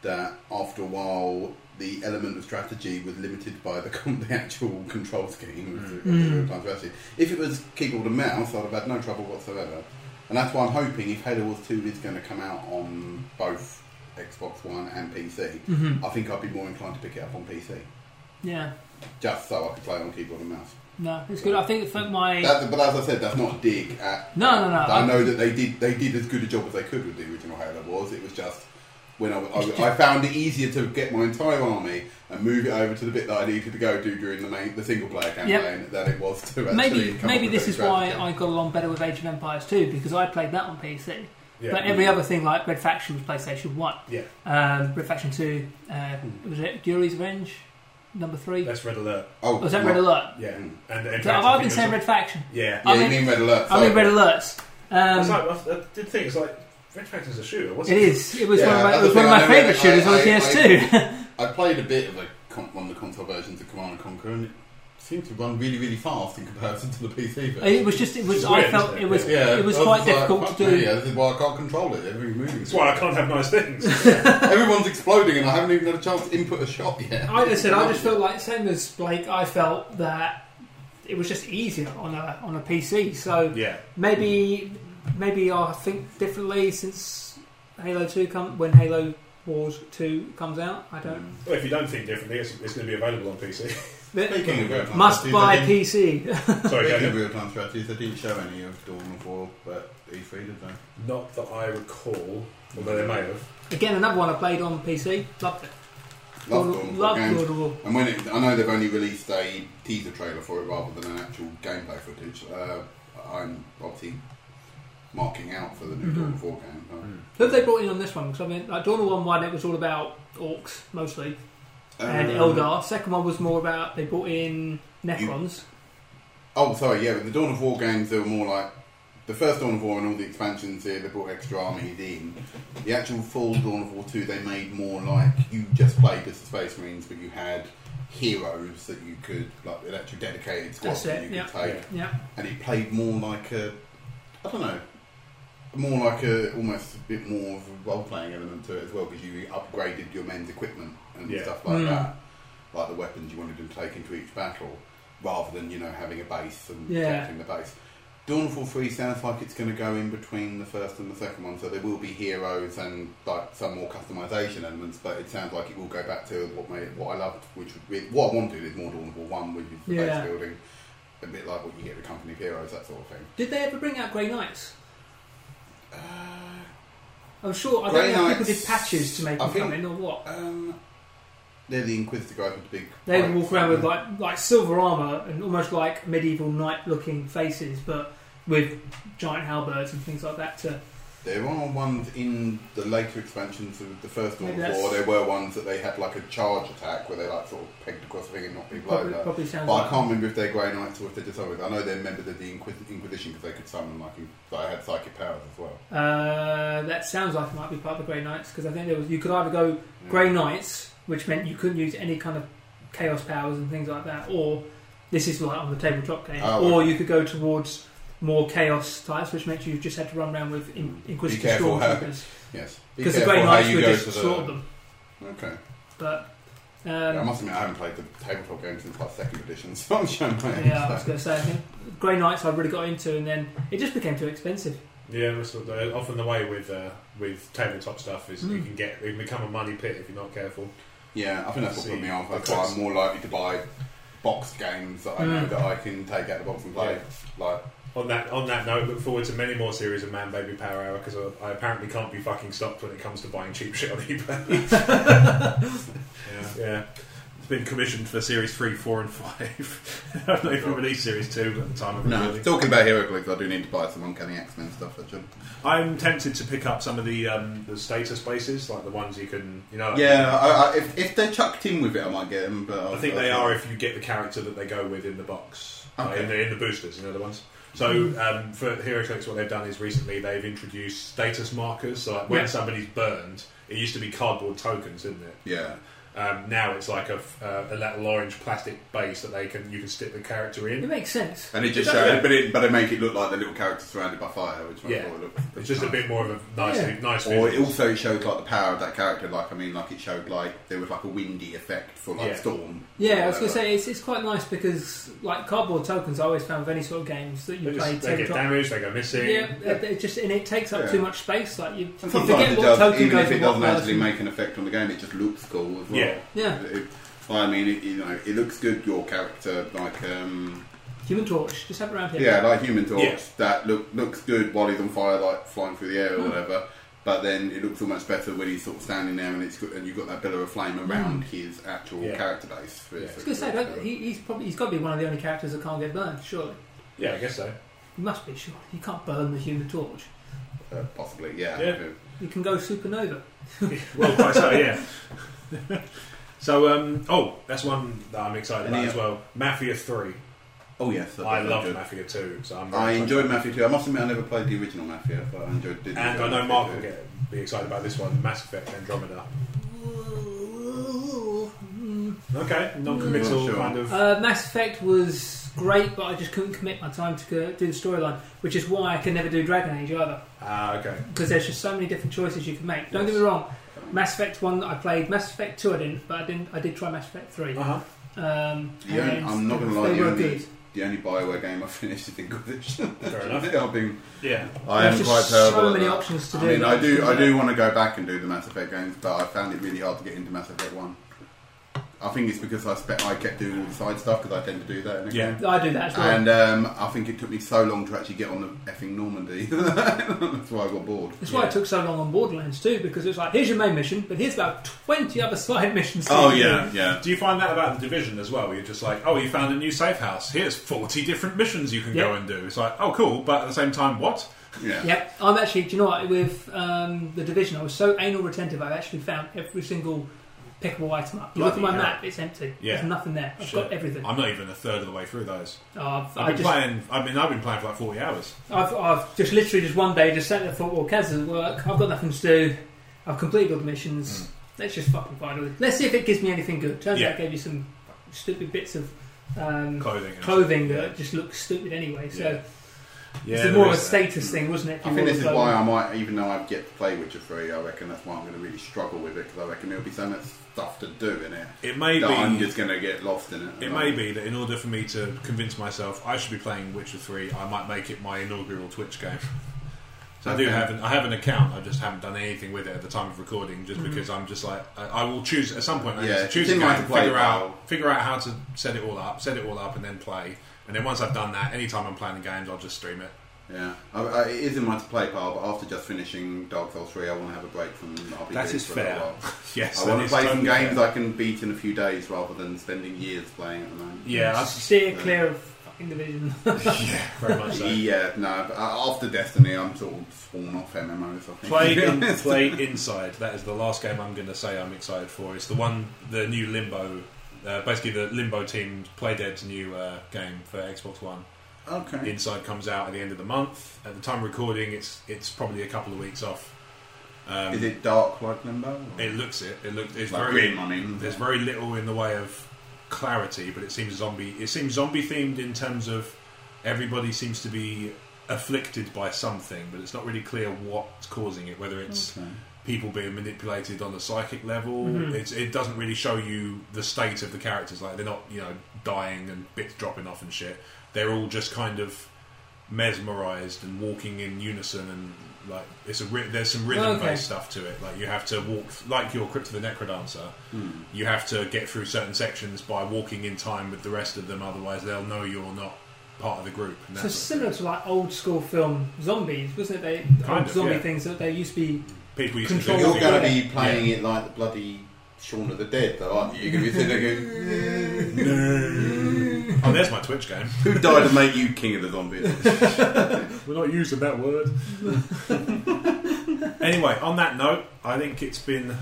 C: that after a while the element of strategy was limited by the, con- the actual control scheme of the, of the
B: Mm.
C: real time strategy. If it was keyboard and mouse, I'd have had no trouble whatsoever. And that's why I'm hoping if Halo Wars two is going to come out on both Xbox One and PC,
B: Mm-hmm.
C: I think I'd be more inclined to pick it up on PC
B: Yeah.
C: just so I could play on keyboard and mouse.
B: No, it's good. I think for my
C: That, but as I said, that's not a dig at.
B: No, no, no.
C: I know that they did. They did as good a job as they could with the original Halo Wars. It was just when I, I, I found it easier to get my entire army and move it over to the bit that I needed to go do during the main, the single player campaign than it was to actually
B: maybe
C: come
B: maybe
C: up with
B: this
C: a
B: is why
C: strategy.
B: I got along better with Age of Empires 2 because I played that on PC.
A: yeah.
B: but uh, every other thing like Red Faction was PlayStation One.
A: Yeah.
B: Um, Red Faction Two uh, was it Yuri's Revenge number three?
A: That's Red Alert.
C: Oh,
B: was that
C: my-
B: Red Alert?
A: Yeah,
C: Mm.
A: and in
B: So
A: fact,
B: I've
A: I
B: been
A: think
B: saying
A: it was-
B: Red Faction.
A: Yeah,
C: Yeah,
B: I
C: you
B: mean-
C: mean Red Alert?
B: I mean
C: sorry.
B: Red Alerts.
A: I, was
B: Um,
A: like, I I did think it's like Red Faction's a shooter. What's
B: it is. It was
C: Yeah,
B: one of my, it
C: that's
B: was
C: the
B: one of
C: thing I
B: my
C: know,
B: favourite
C: I-
B: shooters on
C: I-
B: the PS2.
C: I played a bit of a con- one of the console versions of Command and Conquer, and it seemed to run really, really fast in comparison to the PC version.
B: it was just. It was.
A: It's
B: I
A: weird,
B: felt
A: isn't it?
B: it was.
C: yeah,
B: It was
C: I was
B: quite
C: like,
B: difficult
C: fuck
B: to
C: me,
B: do.
C: Yeah, this is why I can't control it. Everything's moving.
A: That's why I can't have nice things.
C: Everyone's exploding, and I haven't even had a chance to input a shot yet.
B: I just said I just felt like same as Blake. I felt that it was just easier on a on a PC. So
A: yeah,
B: maybe maybe I'll think differently since Halo Two come when Halo Wars Two comes out. I don't.
A: well, if you don't think differently, it's, it's going to be available on PC.
C: Mm. Speaking of real-time
B: Must
C: strategies,
B: buy
C: they didn't-
B: PC.
A: Sorry,
C: Speaking of
A: Daniel.
C: real-time strategies, they didn't show any of Dawn of War, but E3 did they?
A: Not that I recall, although they may have.
B: Again, another one I played on PC. Loved it.
C: Love Dawn of War
B: Loved
C: games.
B: Lord of War.
C: And when it, I know they've only released a teaser trailer for it rather than an actual gameplay footage. Uh, I'm obviously marking out for the
B: Mm-hmm.
C: new Dawn of War game. but-
B: Who have they brought in on this one? Because I mean, like Dawn of One One, it was all about orcs mostly and
C: Um,
B: Eldar. Second one was more about they brought in Necrons.
C: Mm. Oh, sorry, yeah, with the Dawn of War games, they were more like the first Dawn of War and all the expansions here, they brought extra armies in. The actual full Dawn of War 2, they made more like you just played as the Space Marines, but you had heroes that you could, like an actual dedicated squad
B: That's
C: that
B: it,
C: you
B: yeah.
C: could take.
B: Yeah.
C: And it played more like a, I don't know, more like a almost a bit more of a role playing element to it as well because you upgraded your men's equipment and
A: Yeah.
C: stuff like
B: Mm.
C: that, like the weapons you wanted them to take into each battle, rather than you know having a base and
B: Yeah.
C: protecting the base. Dawnfall Three sounds like it's going to go in between the first and the second one, so there will be heroes and like some more customization elements, but it sounds like it will go back to what made what I loved, which would be, what I wanted is more Dawnfall One, which is the
B: Yeah.
C: base building, a bit like what you get with Company of Heroes, that sort of thing.
B: Did they ever bring out Grey Knights?
C: Uh,
B: I'm sure. I don't
C: Grey
B: know if people
C: Knights-
B: did patches to make
C: I
B: them come
C: think-
B: in or what.
C: Um, they're the Inquisitor guys with the big.
B: They would
C: pipes.
B: walk around with like like silver armor and almost like medieval knight looking faces, but with giant halberds and things like that. To
C: There are ones in the later expansions of the first one,
B: Maybe that's-
C: or there were ones that they had like a charge attack where they like sort of pegged across the thing and knocked people
B: probably,
C: over.
B: probably sounds
C: But I
B: like
C: can't remember if they're Grey Knights or if they're just others. I know they're members of the Inquis- Inquisition because they could summon like in- they had psychic powers as well.
B: uh, that sounds like it might be part of the Grey Knights because I think there was you could either go
C: Yeah.
B: Grey Knights, which meant you couldn't use any kind of chaos powers and things like that, or this is like on the tabletop game,
C: Oh,
B: or
C: okay.
B: you could go towards more chaos types, which meant you just had to run around with in- Inquisitor
C: careful how-
B: stormtroopers
C: Yes, Be
B: because the
C: careful
B: Grey
C: how
B: Knights
C: you
B: would
C: go
B: just
C: to the-
B: slaughter them.
C: Okay,
B: But um,
C: Yeah, I must admit I haven't played the tabletop game since like second edition, so I'm showing my age,
B: Yeah, I was
C: so.
B: going to say, I think Grey Knights I really got into, and then it just became too expensive.
A: Yeah, that's what the, often the way with uh, with tabletop stuff is you
B: Mm.
A: can get it can become a money pit if you're not careful.
C: Yeah, I think that's what
A: See,
C: put me off. That's
A: because-
C: why I'm more likely to buy boxed games that I know
B: Mm.
C: that I can take out the box and play. Like,
A: On that on that note, look forward to many more series of Man Baby Power Hour because I, I apparently can't be fucking stopped when it comes to buying cheap shit on eBay. yeah, it's been commissioned for series three, four, and five. I don't know if we released series two at the time of
C: no,
A: recording.
C: talking about Hero Clicks, I do need to buy some Uncanny X Men stuff. Actually,
A: I'm tempted to pick up some of the um, the status bases, like the ones you can, you know. like-
C: yeah, I, I, if, if they're chucked in with it, I might get them. But
A: I think they are if you get the character that they go with in the box, uh,
C: Okay.
A: in, the, in the boosters, you know the ones. So um, for HeroClix, what they've done is recently they've introduced status markers. So like when
B: Yeah.
A: somebody's burned, it used to be cardboard tokens, didn't it?
C: Yeah,
A: Um, now it's like a, f- uh, a little orange plastic base that they can you can stick the character
B: It
A: in.
B: makes sense.
C: and it just
A: It does,
C: shows,
A: yeah.
C: but it, but they make it look like the little character surrounded by fire, which makes
A: Yeah.
C: it all look.
A: It's just a bit more of a nice,
B: Yeah.
A: nice.
C: Or it
A: visual.
C: also it showed like the power of that character. Like I mean, like it showed like there was like a windy effect for like
A: Yeah.
C: storm.
B: Yeah, I was going
C: Whatever.
B: to say it's, it's quite nice because like cardboard tokens, I always found with any sort of games that you
A: they,
B: play
A: just, they get
B: tabletop.
A: damaged, they go missing.
B: Yeah, it- it just and it takes up
C: Yeah.
B: too much space. Like you, you
C: And sometimes
B: forget
C: it
B: what
C: does,
B: token
C: even
B: goes
C: if it
B: with what
C: doesn't actually
B: person.
C: make an effect on the game, it just looks cool as well.
A: Yeah.
B: Yeah.
C: It- I mean, it, you know, it looks good. Your character, like, um,
B: Human Torch, just have it around here.
C: yeah, like Human Torch,
A: Yeah.
C: that look looks good while he's on fire, like flying through the air or
A: Mm.
C: whatever. But then it looks almost better when he's sort of standing there and it's got, and you've got that pillar of flame around his actual
A: Mm. Yeah.
C: character base.
A: Yeah.
B: I was going to say don't, he, he's probably he's got to be one of the only characters that can't get burned. Surely
A: yeah, I guess so.
B: he must be. Surely you can't burn the Human Torch.
C: uh, possibly, yeah.
A: Yeah.
B: You can go supernova.
A: well, quite so, yeah. so, um, oh, that's one that I'm excited about
C: Any-
A: as well. Mafia 3.
C: Oh yes, that
A: I
C: does look
A: love
C: good.
A: Mafia 2, so I'm very
C: I
A: excited.
C: enjoyed Mafia too. I must admit, I never played the original Mafia, but I enjoyed. did
A: And
C: enjoy
A: I know
C: Mafia
A: Mark will
C: too.
A: get be excited about this one, Mass Effect Andromeda. Okay, non-committal
C: Mm, sure.
A: kind of.
B: Uh, Mass Effect was great, but I just couldn't commit my time to go, do the storyline, which is why I can never do Dragon Age either,
A: Ah, okay.
B: because there's just so many different choices you can make. Don't
C: Yes.
B: get me wrong, Mass Effect one I played, Mass Effect two I didn't, but I didn't. I did try Mass Effect three.
A: Uh huh.
B: Um,
C: Yeah,
B: and
C: I'm not gonna lie,
B: they
C: the
B: were
C: only-
B: good.
C: The only Bioware game I finished is Inquisition.
A: Fair enough.
C: I've been,
A: Yeah.
C: I
B: There's
C: am
B: just
C: quite terrible.
B: So
C: at
B: many
C: that.
B: options to
C: I
B: do.
C: mean, I do, I
B: Yeah.
C: do want to go back and do the Mass Effect games, but I found it really hard to get into Mass Effect One. I think it's because I spe- I kept doing all the side stuff because I tend to do that. In a
A: Yeah.
C: Game.
B: I do that as well.
C: And um, I think it took me so long to actually get on the effing Normandy. That's why I got bored.
B: that's why
A: yeah.
B: it took so long on Borderlands too, because it's like here's your main mission, but here's about twenty other side missions.
C: Oh,
B: that you do.
C: yeah.
A: Do you find that about the division as well? Where you're just like, oh, you found a new safe house. Here's 40 different missions you can go
B: Yeah.
A: and do. It's like, oh, cool, but at the same time, what?
C: Yeah.
B: Yep, I'm actually. Do you know what? With um, the division, I was so anal retentive. I've actually found every single pickable item up. You look at my
A: Bloody hell.
B: map; it's empty.
A: Yeah.
B: There's nothing there. I've
A: Shit.
B: got everything.
A: I'm not even a third of the way through those.
B: Oh, I've,
A: I've
B: I
A: been
B: just,
A: playing. I mean, I've been playing for like 40 hours.
B: I've, I've just literally just one day just sat there and thought, well, Kaz doesn't work. I've got nothing to do. I've completed all the missions. Let's just fucking find all. Let's see if it gives me anything good. Turns
A: Hmm. Yeah.
B: out it gave you some stupid bits of um,
A: Clothing. And
B: clothing
A: Yeah.
B: that just looks stupid anyway. So
A: Yeah. Yeah,
B: it's
A: there
B: more of a
A: is that.
B: status thing, wasn't it? if
C: I
B: you
C: think
B: were
C: this is
B: the
C: why I might, even though I get to play Witcher 3, I reckon that's why I'm going to really struggle with it, because I reckon there'll be so much stuff to do in it
A: It may
C: that I'm
A: be.
C: just going to get lost in it.
A: It may be that in order for me to convince myself I should be playing Witcher Three, I might make it my inaugural Twitch game. So I do
C: Okay.
A: have an I have an account. I just haven't done anything with it at the time of recording, just because I'm just like I, I will choose at some point. I
C: Yeah,
A: yeah, choose a
C: it's in
A: game,
C: my
A: figure
C: play pile.
A: out figure out how to set it all up, set it all up, and then play. And then once I've done that, anytime I'm playing the games, I'll just stream it.
C: Yeah, I, I, it is in my to play pile, but after just finishing Dark Souls 3, I want to have a break from RPGs.
A: That is
C: for a little
A: fair.
C: while.
A: Yes,
C: I
A: that
C: want to
A: is
C: play some
A: totally
C: games
A: fair.
C: I can beat in a few days rather than spending years playing at the moment.
A: Yeah, that's-
B: steer clear of fucking division.
A: yeah, very much so.
C: Yeah, no, but uh, after Destiny, I'm sort of sworn off MMOs, I think.
A: Play um, in, play inside. That is the last game I'm going to say I'm excited for. It's the one, the new Limbo, uh, basically the Limbo team Playdead's new uh, game for Xbox One.
C: okay.
A: Inside comes out at the end of the month. At the time of recording, it's it's probably a couple of weeks off. Um,
C: Is
A: it,
C: it dark like Limbo? or-
A: looks it. It looks. It's
C: like
A: very.
C: grim, I mean.
A: There's very little in the way of clarity, but it seems zombie. It seems zombie themed in terms of everybody seems to be afflicted by something, but it's not really clear what's causing it. Whether it's
C: Okay.
A: people being manipulated on a psychic level.
B: Mhm.
A: It's, it doesn't really show you the state of the characters. Like they're not, you know, dying and bits dropping off and shit. They're all just kind of mesmerized and walking in unison and like it's a ry- there's some rhythm
B: Okay.
A: based stuff to it. Like you have to walk like your Crypt of the Necrodancer.
C: Hmm.
A: You have to get through certain sections by walking in time with the rest of them. Otherwise, they'll know you're not part of the group. And
B: so
A: that sort of
B: similar to like old school film zombies, wasn't it? They
A: Kind
B: old
A: of,
B: zombie
A: yeah.
B: things that they used to be.
A: thing. people used to do.
B: Control-
C: You're
A: things.
C: going to be playing it like the bloody Shaun of the Dead, though, aren't you? You're going to be sitting there going,
A: Oh, there's my Twitch game.
C: Who died to make you king of the zombies?
A: We're not using that word. anyway, on that note, I think it's been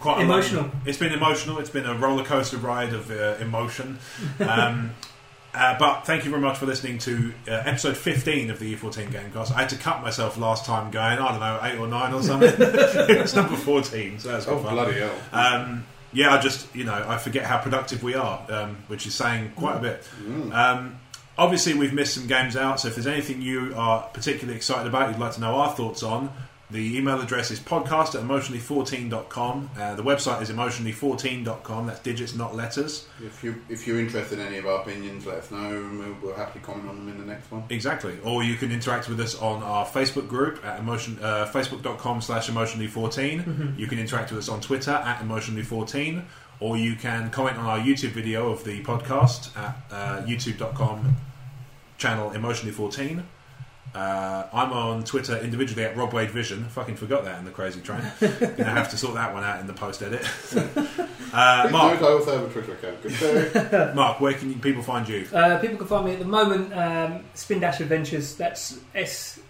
A: quite a long-
B: Emotional.
A: it's been emotional. It's been a roller coaster ride of uh, emotion. Um, uh, but thank you very much for listening to uh, episode 15 of the E14 Gamecast. I had to cut myself last time going, I don't know, 8 or 9 or something. it's number 14, so that's
C: oh,
A: good fun.
C: bloody hell.
A: Um, yeah, I just, you know, I forget how productive we are, um, which is saying quite a bit.
C: Mm.
A: Um, obviously, we've missed some games out, so if there's anything you are particularly excited about, you'd like to know our thoughts on, the email address is podcast at emotionally14.com. Uh, the website is emotionally14.com. That's digits, not letters.
C: If, you, if you're interested in any of our opinions, let us know and we'll, we'll happily comment on them in the next one.
A: Exactly. Or you can interact with us on our Facebook group at emotion, uh, facebook.com slash emotionally14. You can interact with us on Twitter at emotionally14. Or you can comment on our YouTube video of the podcast at uh, youtube.com channel emotionally14. Uh, I'm on Twitter individually at Rob Wade Vision. Fucking forgot that in the crazy train. Gonna have to sort that one out in the post edit. uh,
C: Please
A: Mark,
C: note I also have a Twitter account. Good day.
A: Mark, where can people find you?
B: Uh, people can find me at the moment. Um, Spin Dash Adventures. That's S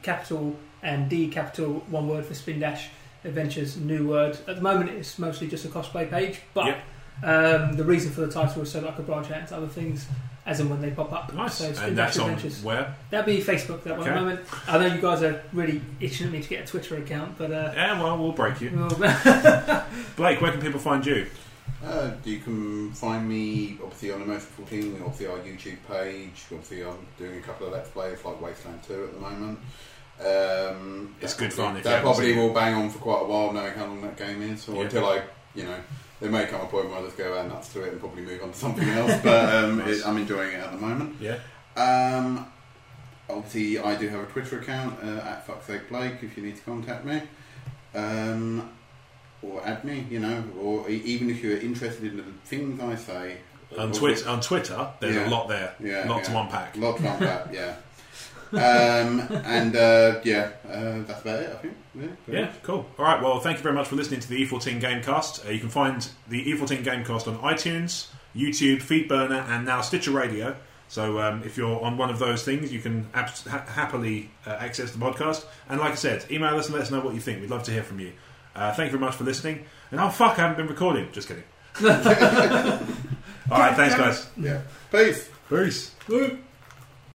B: capital and D capital. One word for Spin Dash Adventures. New word. At the moment, it's mostly just a cosplay page, but.
A: Yep.
B: Um, the reason for the title is so that I could branch out into other things as and when they pop up.
A: Nice.
B: So Spin
A: and
B: Dash
A: that's on
B: Adventures.
A: where?
B: That'd be Facebook, that one
A: Okay.
B: at the moment. I know you guys are really itching at me to get a Twitter account, but. Uh,
A: Yeah, well, we'll break you.
B: well,
A: Blake, where can people find you?
C: Uh, you can find me obviously on Emotion 14, obviously our YouTube page. Obviously, I'm doing a couple of Let's Plays like Wasteland 2 at the moment. Um,
A: It's
C: that
A: good fun
C: probably-
A: if you
C: That
A: haven't
C: probably
A: seen it.
C: will bang on for quite a while, knowing how long that game is, or
A: Yeah.
C: until I, you know, there may come a point where I just go uh, nuts to it and probably move on to something else. But um,
A: Nice.
C: it, I'm enjoying it at the moment.
A: Yeah.
C: Um, obviously, I do have a Twitter account uh, at fucksakeblake if you need to contact me. Um, or add me, you know, or e- even if you're interested in the things I say.
A: On
C: or-
A: Twitter, on Twitter, there's a
C: Yeah.
A: lot there.
C: Yeah.
A: lot
C: yeah.
A: to unpack.
C: Lot to unpack, yeah. Um, and uh, yeah, uh, that's about it, I think. Yeah. pretty
A: Yeah,
C: much.
A: cool. All right, well, thank you very much for listening to the E14 Gamecast. Uh, you can find the E14 Gamecast on iTunes, YouTube, Feedburner, and now Stitcher Radio. So um, if you're on one of those things, you can abs- ha- happily uh, access the podcast. And like I said, email us and let us know what you think. We'd love to hear from you. Uh, thank you very much for listening. And oh, fuck, I haven't been recording. Just kidding. All right, thanks, guys.
C: Yeah. Peace.
A: Peace.